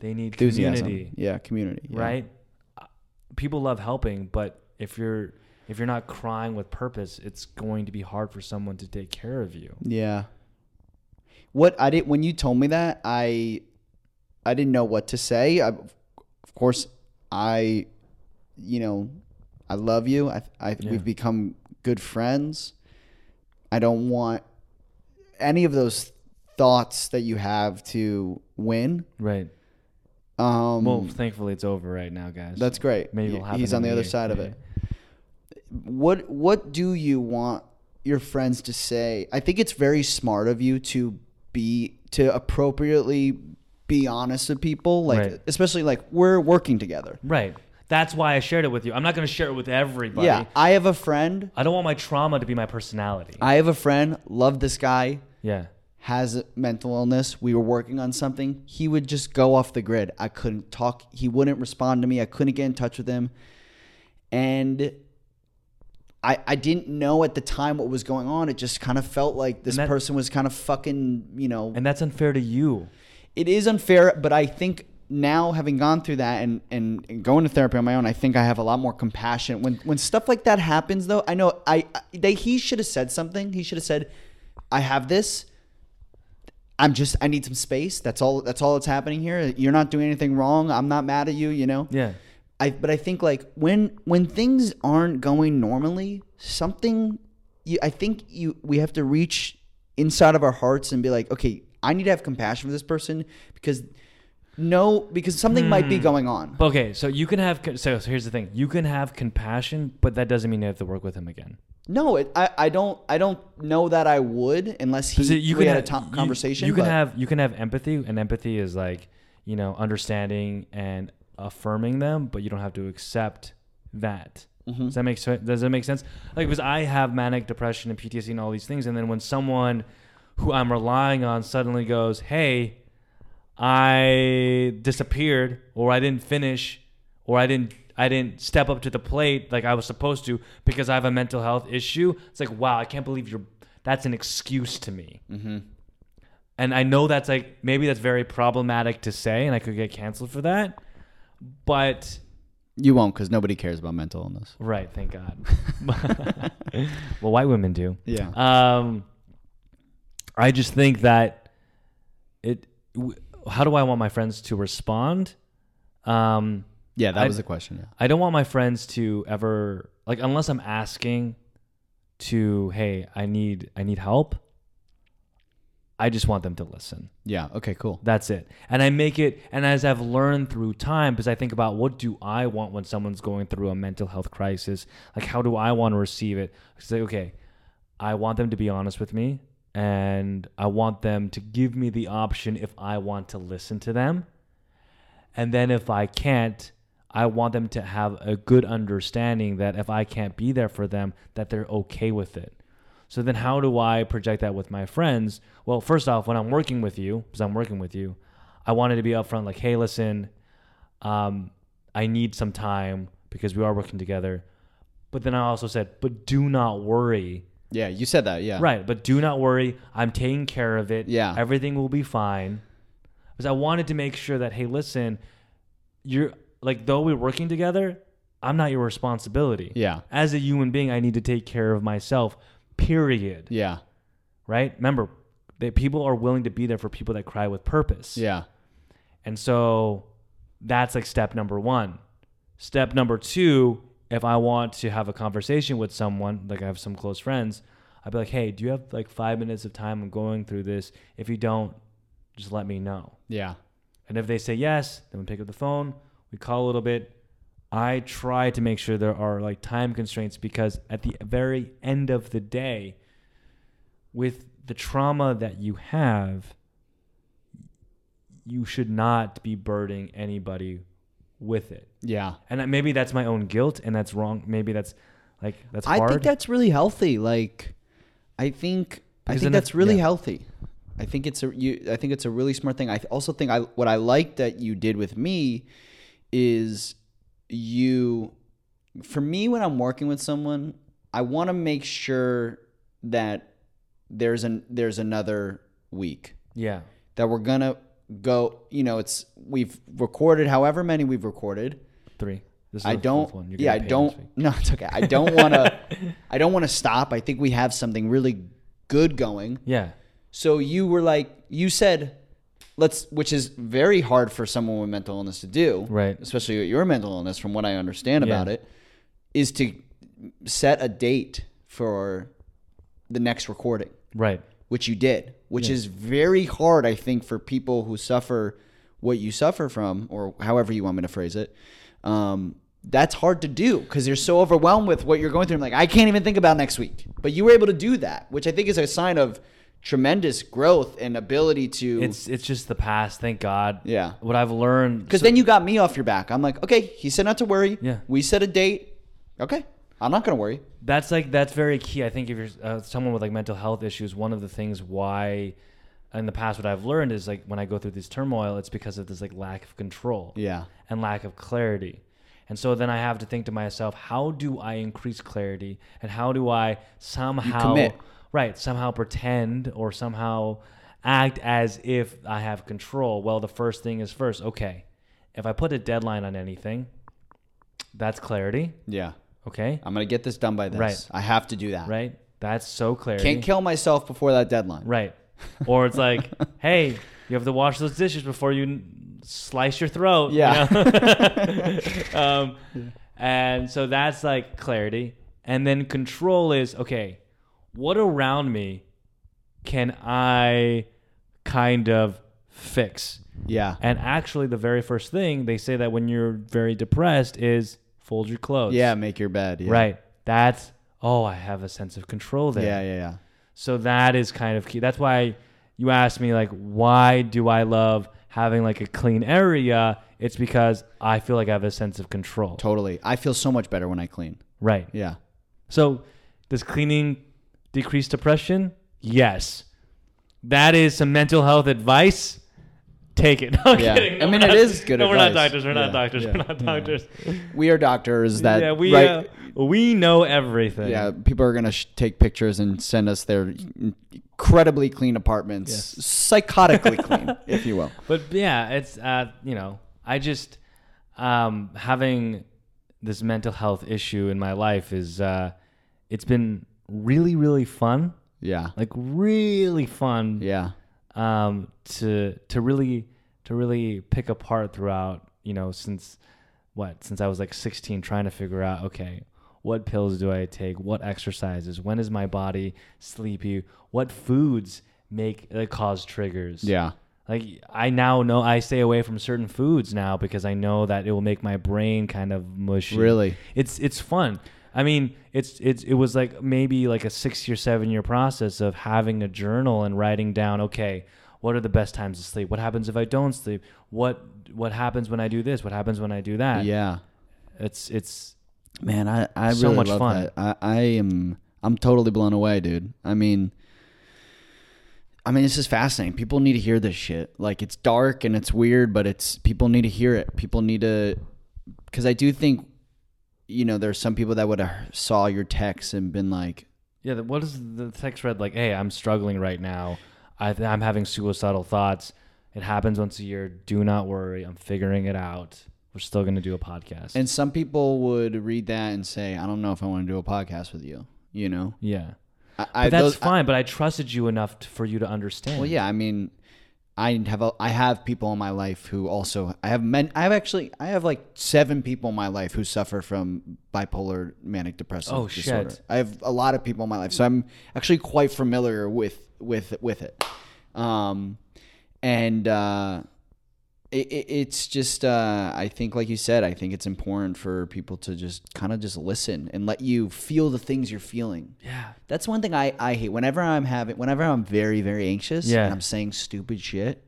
they need Enthusiasm. community, Yeah, community. yeah. right? Uh, People love helping, but if you're if you're not crying with purpose, it's going to be hard for someone to take care of you. Yeah. What I did when you told me that, I I didn't know what to say. I, of course, I you know, I love you. I, I Yeah. we've become good friends. I don't want any of those thoughts that you have to win. Right. Um Well, thankfully, it's over right now, guys. that's great. maybe it'll happen He's on in the a other year. side of Yeah. it. what what do you want your friends to say? I think it's very smart of you to be to appropriately be honest with people, like Right. especially like we're working together. right. That's why I shared it with you. I'm not going to share it with everybody. Yeah, I have a friend. I don't want my trauma to be my personality. I have a friend. Love this guy. Yeah. has a mental illness. We were working on something. He would just go off the grid. I couldn't talk. He wouldn't respond to me. I couldn't get in touch with him. And I, I didn't know at the time what was going on. It just kind of felt like this And that- person was kind of fucking, you know, and that's unfair to you. it is unfair, but I think now having gone through that and, and, and going to therapy on my own, I think I have a lot more compassion. When when stuff like that happens though, I know I, I they he should have said something. He should have said, I have this. I'm just I need some space. That's all that's all that's happening here. You're not doing anything wrong. I'm not mad at you, you know? Yeah. I but I think like when when things aren't going normally, something you I think you we have to reach inside of our hearts and be like, okay, I need to have compassion for this person because no because something might Hmm. be going on. Okay, so you can have so, so here's the thing. You can have compassion, but that doesn't mean you have to work with him again. no, it, I I don't I don't know that I would unless he So you we can had have, a top you- conversation. You can but- have you can have empathy, and empathy is like you know understanding and affirming them, but you don't have to accept that. Mm-hmm. Does that make sense? Does that make sense? Like because I have manic depression and PTSD and all these things, and then when someone who I'm relying on suddenly goes, "Hey, I disappeared, or I didn't finish, or I didn't." I didn't step up to the plate like I was supposed to because I have a mental health issue. It's like, wow, I can't believe you're. That's an excuse to me Mm-hmm. and I know that's like maybe that's very problematic to say, and I could get canceled for that. But you won't because nobody cares about mental illness. right, thank God. well, white women do. Yeah. Um, I just think that it. W- how do I want my friends to respond? Um, yeah, that I- was the question. Yeah. I don't want my friends to ever like unless I'm asking to, hey, I need I need help. I just want them to listen. Yeah. Okay, cool. That's it. And I make it, and as I've learned through time, because I think about what do I want when someone's going through a mental health crisis? Like, how do I want to receive it? I say, okay, I want them to be honest with me, and I want them to give me the option if I want to listen to them. And then if I can't, I want them to have a good understanding that if I can't be there for them, that they're okay with it. So then how do I project that with my friends? Well, first off, when I'm working with you, because I'm working with you, I wanted to be upfront like, hey, listen, um, I need some time because we are working together. But then I also said, but do not worry. Yeah, you said that. Yeah. Right, but do not worry. I'm taking care of it. Yeah. Everything will be fine. Because I wanted to make sure that, hey, listen, you're like, though we're working together, I'm not your responsibility. Yeah. As a human being, I need to take care of myself, period. Yeah. Right? Remember, that people are willing to be there for people that cry with purpose. Yeah. And so that's like step number one. Step number two, if I want to have a conversation with someone, like I have some close friends, I'd be like, hey, do you have like five minutes of time? I'm going through this. If you don't, just let me know. Yeah. And if they say yes, then we pick up the phone, we call a little bit. I try to make sure there are like time constraints because at the very end of the day, with the trauma that you have, you should not be burdening anybody with it. Yeah. And I- maybe that's my own guilt and that's wrong. Maybe that's like, that's I hard. think that's really healthy. Like, I think I Because think then if- that's really yeah. healthy. I think it's a you. I think it's a really smart thing. I th- also think I what I like that you did with me is you. For me, when I'm working with someone, I want to make sure that there's an there's another week yeah. that we're gonna go. You know, it's we've recorded however many we've recorded. Three. This is I the don't. fourth one. You're Yeah, I getting paid next week. don't. No, it's okay. I don't want to. I don't want to stop. I think we have something really good going. Yeah. So you were like, you said, let's, which is very hard for someone with mental illness to do, Right. Especially your mental illness, from what I understand Yeah. about it, is to set a date for the next recording Right. which you did, which is very hard, I think, for people who suffer what you suffer from, or however you want me to phrase it. Um, that's hard to do because you're so overwhelmed with what you're going through. I'm like, I can't even think about next week. But you were able to do that, which I think is a sign of tremendous growth and ability to. It's, it's just the past. Thank God. Yeah. What I've learned. Because then you got me off your back. I'm like, okay, he said not to worry. Yeah. We set a date. Okay. I'm not going to worry. that's like that's very key. I think if you're uh, someone with like mental health issues, one of the things why in the past what I've learned is like when I go through this turmoil, it's because of this like lack of control Yeah. and lack of clarity. And so then I have to think to myself, how do I increase clarity and how do I somehow commit. right, somehow pretend or somehow act as if I have control? Well, the first thing is first, okay. If I put a deadline on anything, that's clarity, Yeah. okay? I'm gonna get this done by this. Right. I have to do that. Right? That's so clarity. Can't kill myself before that deadline. Right. Or it's like, hey, you have to wash those dishes before you n- slice your throat. you Yeah. know? um, And so that's like clarity. And then control is okay, what around me can I kind of fix? Yeah. And actually, the very first thing they say that when you're very depressed is fold your clothes. Yeah. Make your bed. Yeah. Right. That's, oh, I have a sense of control there. Yeah. Yeah. Yeah. So that is kind of key. That's why you asked me like why do I love having like a clean area? It's because I feel like I have a sense of control. Totally. I feel so much better when I clean. Right. Yeah. So does cleaning decrease depression? Yes. That is some mental health advice. Take it. No, I'm Yeah. kidding. I mean, we're it not- is good No, we're not advice. doctors. We're not Yeah. doctors. Yeah. We're not doctors. We are doctors that yeah, we right. uh, we know everything. yeah, people are gonna sh- take pictures and send us their incredibly clean apartments, psychotically clean, if you will. but yeah, it's uh, you know, I just um, having this mental health issue in my life is uh, it's been really really fun, Yeah, like really fun yeah, um, to to really to really pick apart throughout you know since what since I was like 16 trying to figure out okay what pills do I take what exercises when is my body sleepy what foods make uh, cause triggers yeah, like I now know I stay away from certain foods now because I know that it will make my brain kind of mushy. Really? It's it's fun. I mean, it's it's it was like maybe like a 6 or 7 year process of having a journal and writing down okay, what are the best times to sleep? What happens if I don't sleep? What what happens when I do this? What happens when I do that? yeah. It's it's Man, I I So really much love fun. that. I, I am I'm totally blown away, dude. I mean, I mean, this is fascinating. People need to hear this shit. Like, it's dark and it's weird, but it's people need to hear it. People need to, because I do think, you know, there's some people that would have saw your text and been like, Yeah, the- what is the text read like? Hey, I'm struggling right now. I, th- I'm having suicidal thoughts. It happens once a year. Do not worry. I'm figuring it out. We're still going to do a podcast. And some people would read that and say, I don't know if I want to do a podcast with you. You know? yeah, I, but I, that's those- I- fine. but I trusted you enough t- for you to understand. well, yeah, I mean, I have a, I have people in my life who also I have men I have actually I have like seven people in my life who suffer from bipolar manic depressive Oh, disorder. shit. I have a lot of people in my life, so I'm actually quite familiar with with with it. Um, and uh, it, it, it's just uh, I think, like you said, I think it's important for people to just kind of just listen and let you feel the things you're feeling. yeah, That's one thing I, I hate. Whenever I'm having, whenever I'm very, very anxious Yeah. and I'm saying stupid shit,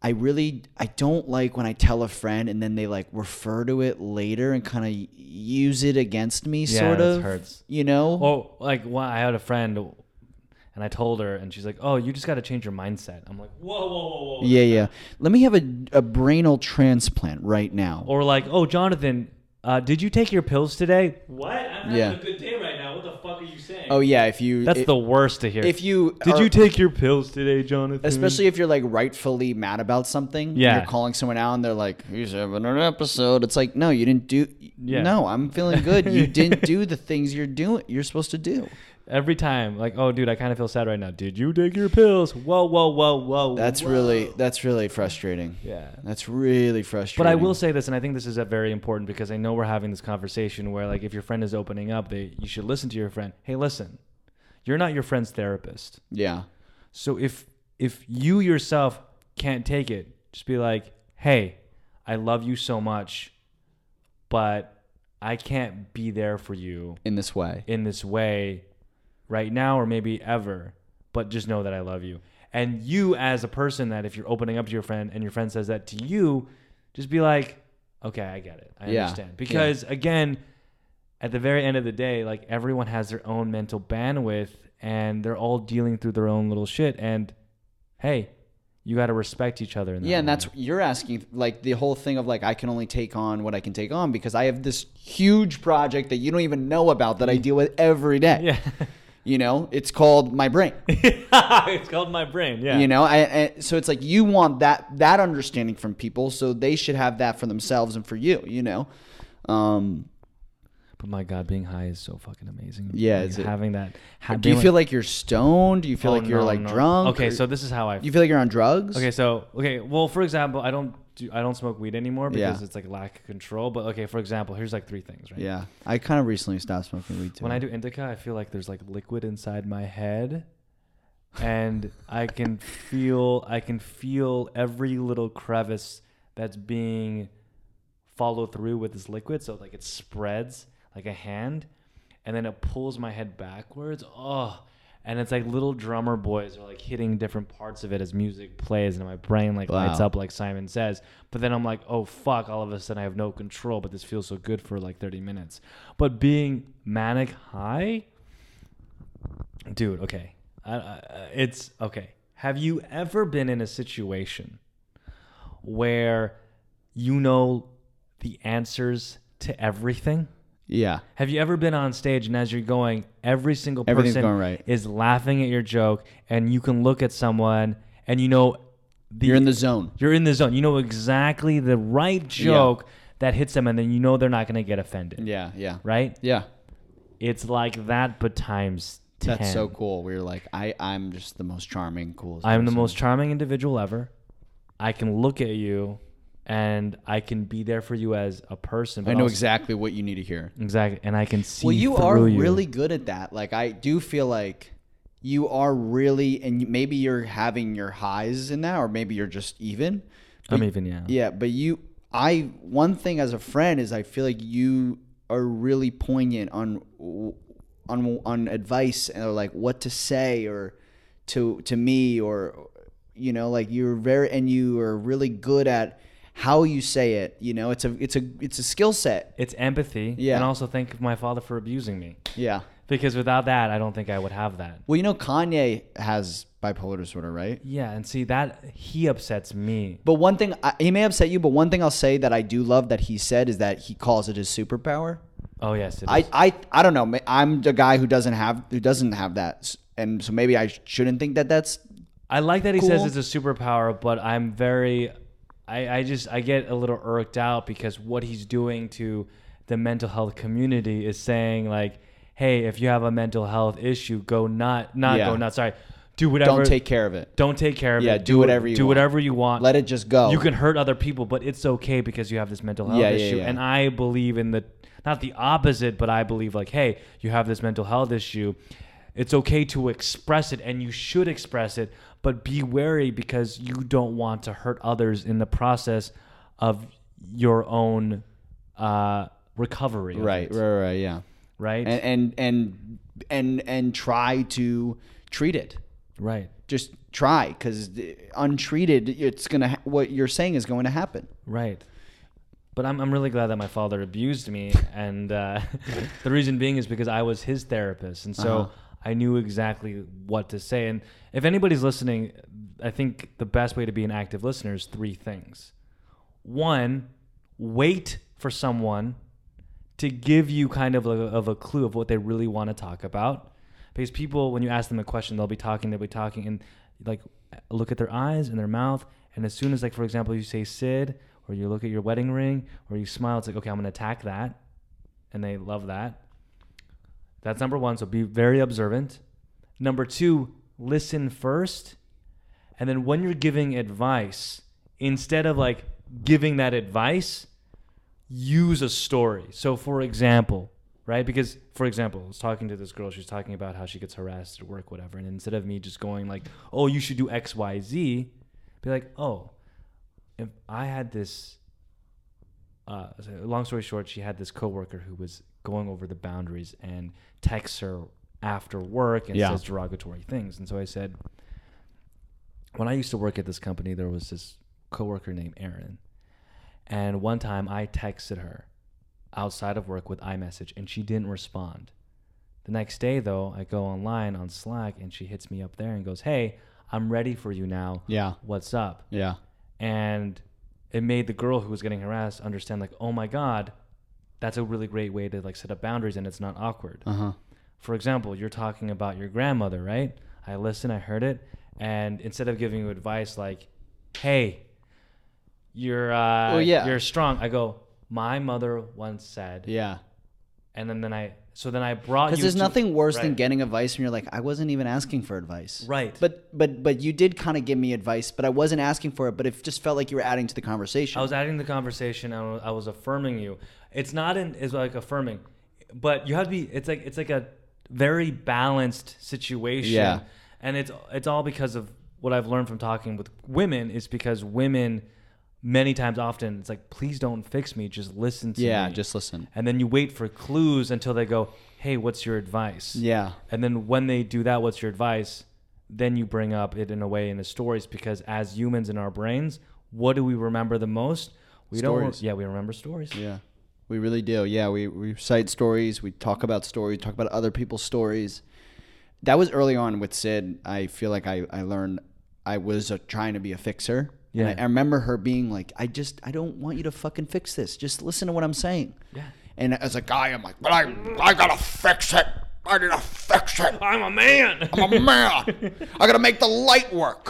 I really, I don't like when I tell a friend and then they like refer to it later and kind of use it against me, Yeah, sort that of. hurts. Oh, You know? Or like, why I had a friend, and I told her, and she's like, "Oh, you just got to change your mindset." I'm like, "Whoa, whoa, whoa, whoa." yeah, yeah. Let me have a, a brainal transplant right now. Or like, "Oh, Jonathan, uh, did you take your pills today?" What? I'm having Yeah. a good day right now. What the fuck are you saying? oh, yeah. If you, That's if, the worst to hear. if you, Did are- you take your pills today, Jonathan? Especially if you're like rightfully mad about something. and Mm-hmm. Yeah. You're calling someone out and they're like, he's having an episode. It's like, no, you didn't do. Yeah. No, I'm feeling good. You didn't do the things you're doing. You're supposed to do. every time, like, oh, dude, I kind of feel sad right now. Did you take your pills? Whoa, whoa, whoa, whoa. That's whoa. really, that's really frustrating. yeah. That's really frustrating. But I will say this, and I think this is uh, very important because I know we're having this conversation where, like, if your friend is opening up, they you should listen to your friend. Hey, listen, you're not your friend's therapist. Yeah. So if if you yourself can't take it, just be like, "Hey, I love you so much, but I can't be there for you In this way. in this way right now or maybe ever, but just know that I love you." And you as a person that if you're opening up to your friend and your friend says that to you, just be like, "Okay, I get it. I Yeah. understand." Because again, at the very end of the day, like everyone has their own mental bandwidth and they're all dealing through their own little shit. And hey, you got to respect each other. In that Yeah, and moment. that's you're asking like the whole thing of like I can only take on what I can take on because I have this huge project that you don't even know about that I deal with every day. Mm. yeah. You know, it's called my brain. it's called my brain. Yeah. You know, I, I so it's like you want that that understanding from people, so they should have that for themselves and for you. You know, um, But my God, being high is so fucking amazing. Yeah, Like, is it- having that. ha- do you being feel like you're stoned? Do you feel Oh, like you're no, like no. drunk? Okay, Or- so this is how I. you feel like you're on drugs? okay, so okay. Well, for example, I don't do I don't smoke weed anymore because Yeah. it's like lack of control. But okay, for example, here's like three things, right? Yeah, I kind of recently stopped smoking weed too. When I do indica, I feel like there's like liquid inside my head, and I can feel I can feel every little crevice that's being followed through with this liquid. So like it spreads like a hand, and then it pulls my head backwards. Oh, and it's like little drummer boys are like hitting different parts of it as music plays, and my brain like Wow. lights up like Simon says. But then I'm like, oh fuck! All of a sudden I have no control, but this feels so good for like 30 minutes. But being manic high, dude. Okay, I, I, it's okay. Have you ever been in a situation where you know the answers to everything? yeah, Have you ever been on stage and as you're going, every single Everything's person going right. is laughing at your joke, and you can look at someone and you know the, you're in the zone. you're in the zone. You know exactly the right joke that hits them, and then you know they're not going to get offended, Yeah, yeah, right? yeah. It's like that, but times ten. That's so cool. We were like, I, I'm just the most charming, cool. I'm the most charming individual ever. I can look at you, and I can be there for you as a person. I But know also- exactly what you need to hear. exactly, and I can see. Well, you are through you. really good at that. Like, I do feel like you are really, and you- maybe you're having your highs in that, or maybe you're just even. I'm even, yeah. Yeah, but you, I, one thing as a friend is I feel like you are really poignant on, on, on advice and like what to say or to, to me or, you know, like you're very, and you are really good at how you say it. You know, it's a, it's a, it's a skill set. It's empathy. Yeah. And also thank my father for abusing me. Yeah. Because without that, I don't think I would have that. Well, you know, Kanye has bipolar disorder, right? Yeah. And see, that he upsets me. But one thing, I, he may upset you, but one thing I'll say that I do love that he said is that he calls it his superpower. Oh, yes. It is. I, I, I don't know. ma- I'm the guy who doesn't have who doesn't have that, s- and so maybe I sh- shouldn't think that that's. I like that he Cool. says it's a superpower, but I'm very, I, I just, I get a little irked out because what he's doing to the mental health community is saying, like, hey, if you have a mental health issue, go not, not Yeah. go not, sorry, do whatever. Don't take care of it. Don't take care of Yeah, it. do whatever you do want. whatever you want. Let it just go. you can hurt other people, but it's okay because you have this mental health Oh. Yeah, yeah, issue. yeah. And I believe in the not the opposite, but I believe like, hey, you have this mental health issue. It's okay to express it, and you should express it, but be wary because you don't want to hurt others in the process of your own uh, recovery. of Right, it, right, right, yeah, right, and and and and and try to treat it. right, Just try, because untreated, it's gonna ha- what you're saying is going to happen. right. But I'm, I'm really glad that my father abused me, and uh, the reason being is because I was his therapist, and so I knew exactly what to say. And if anybody's listening, I think the best way to be an active listener is three things. One, wait for someone to give you kind of a, of a clue of what they really want to talk about, because people, when you ask them a question, they'll be talking, they'll be talking, and like look at their eyes and their mouth, and as soon as like for example you say Sid. Or you look at your wedding ring, or you smile. It's like, okay, I'm gonna attack that, and they love that. That's number one. So be very observant. Number two, listen first. And then when you're giving advice, instead of like giving that advice, use a story. So for example, right? Because for example, I was talking to this girl, she's talking about how she gets harassed at work, whatever. And instead of me just going like, oh, you should do X, Y, Z, be like, oh, if I had this uh, so long story short, she had this coworker who was going over the boundaries and texts her after work and Yeah. says derogatory things. And so I said, when I used to work at this company, there was this coworker named Erin, and one time I texted her outside of work with iMessage, and she didn't respond. The next day, though, I go online on Slack, and she hits me up there and goes, "Hey, I'm ready for you now. Yeah. What's up? Yeah. and it made the girl who was getting harassed understand like oh my god that's a really great way to like set up boundaries and it's not awkward Uh-huh. for example you're talking about your grandmother right i listened i heard it and instead of giving you advice like hey you're uh Well, yeah. you're strong i go my mother once said Yeah. and then then i so then i brought you Because there's to- nothing worse than Right. getting advice and you're like, I wasn't even asking for advice. Right. But but but you did kind of give me advice, but I wasn't asking for it. But it just felt like you were adding to the conversation. I was adding to the conversation. I was, I was affirming you. It's not an it's like affirming, but you have to be. It's like it's like a very balanced situation. Yeah. And it's it's all because of what I've learned from talking with women is because women many times often it's like please don't fix me just listen to me yeah. Just listen. and then you wait for clues until they go hey what's your advice Yeah. and then when they do that, what's your advice? Then you bring up it in a way in the stories because as humans in our brains, what do we remember the most? We Stories. don't. Yeah, we remember stories. Yeah. We really do. Yeah. We we cite stories. We talk about stories. Talk about other people's stories. That was early on with Sid. I feel like I I learned I was uh trying to be a fixer. Yeah. And I, I remember her being like, I just I don't want you to fucking fix this. Just listen to what I'm saying. Yeah. And as a guy, I'm like, but I I gotta fix it. I need to fix it. I'm a man. I'm a man. I gotta make the light work.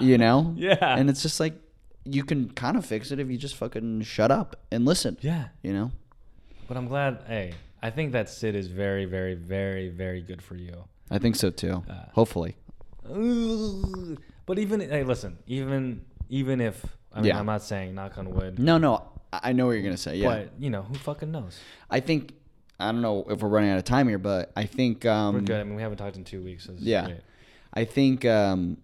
you know? Yeah. And it's just like you can kind of fix it if you just fucking shut up and listen. yeah, You know? but I'm glad. Hey, I think that Sid is very, very, very, very good for you. I think so too. Hopefully. Ooh. But even hey, listen, even even if I mean, Yeah. I'm not saying knock on wood, No, no. I I know what you're gonna say. Yeah. but you know who fucking knows? I think I don't know if we're running out of time here, but I think um We're good. I mean, we haven't talked in two weeks. So this is Yeah. great. I think um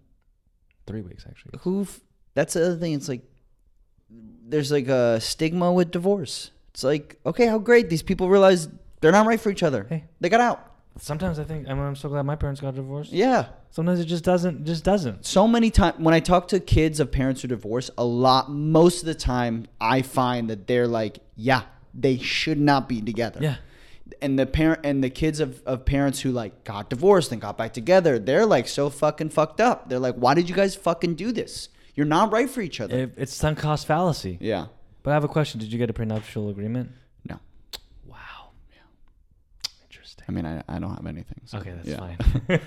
three weeks actually. who f- that's the other thing it's like there's like a stigma with divorce it's like okay how great these people realize they're not right for each other Hey. they got out Sometimes I think I mean, I'm so glad my parents got divorced. yeah Sometimes it just doesn't. Just doesn't. so many times when i talk to kids of parents who divorce a lot most of the time i find that they're like yeah they should not be together Yeah. and the parent and the kids of, of parents who like got divorced and got back together they're like so fucking fucked up they're like why did you guys fucking do this you're not right for each other It, it's sunk cost fallacy. yeah But I have a question. Did you get a prenuptial agreement? no Wow. Interesting. i mean i, I don't have anything so, Okay, that's yeah. fine.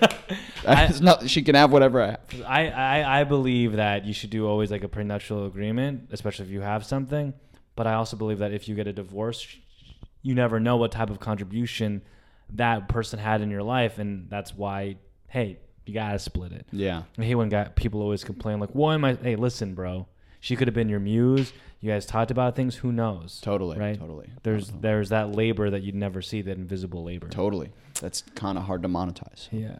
I- It's not, she can have whatever I have. I, I I believe that you should do always like a prenuptial agreement, especially if you have something. But I also believe that if you get a divorce, you never know what type of contribution that person had in your life, and that's why hey, you gotta split it. Yeah. I hate when guy, people always complain like, "Why am I?" Hey, listen, bro. She could have been your muse. You guys talked about things. Who knows? Totally, Right. totally. There's there's that labor that you'd never see. That invisible labor. Totally. That's kind of hard to monetize. Yeah.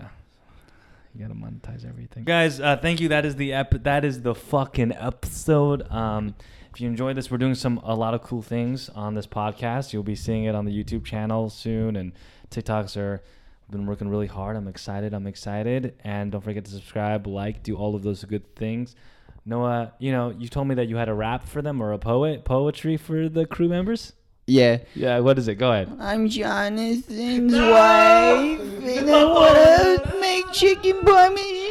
You gotta monetize everything, guys. Uh, thank you. That is the ep- That is the fucking episode. Um, if you enjoyed this, we're doing some a lot of cool things on this podcast. You'll be seeing it on the YouTube channel soon, and TikToks are. We've been working really hard. I'm excited. I'm excited, and don't forget to subscribe, like, do all of those good things. Noah, you know, you told me that you had a rap for them or a poet poetry for the crew members. Yeah. Yeah, what is it? Go ahead. I'm Jonathan's wife, and I want to make chicken parmesan.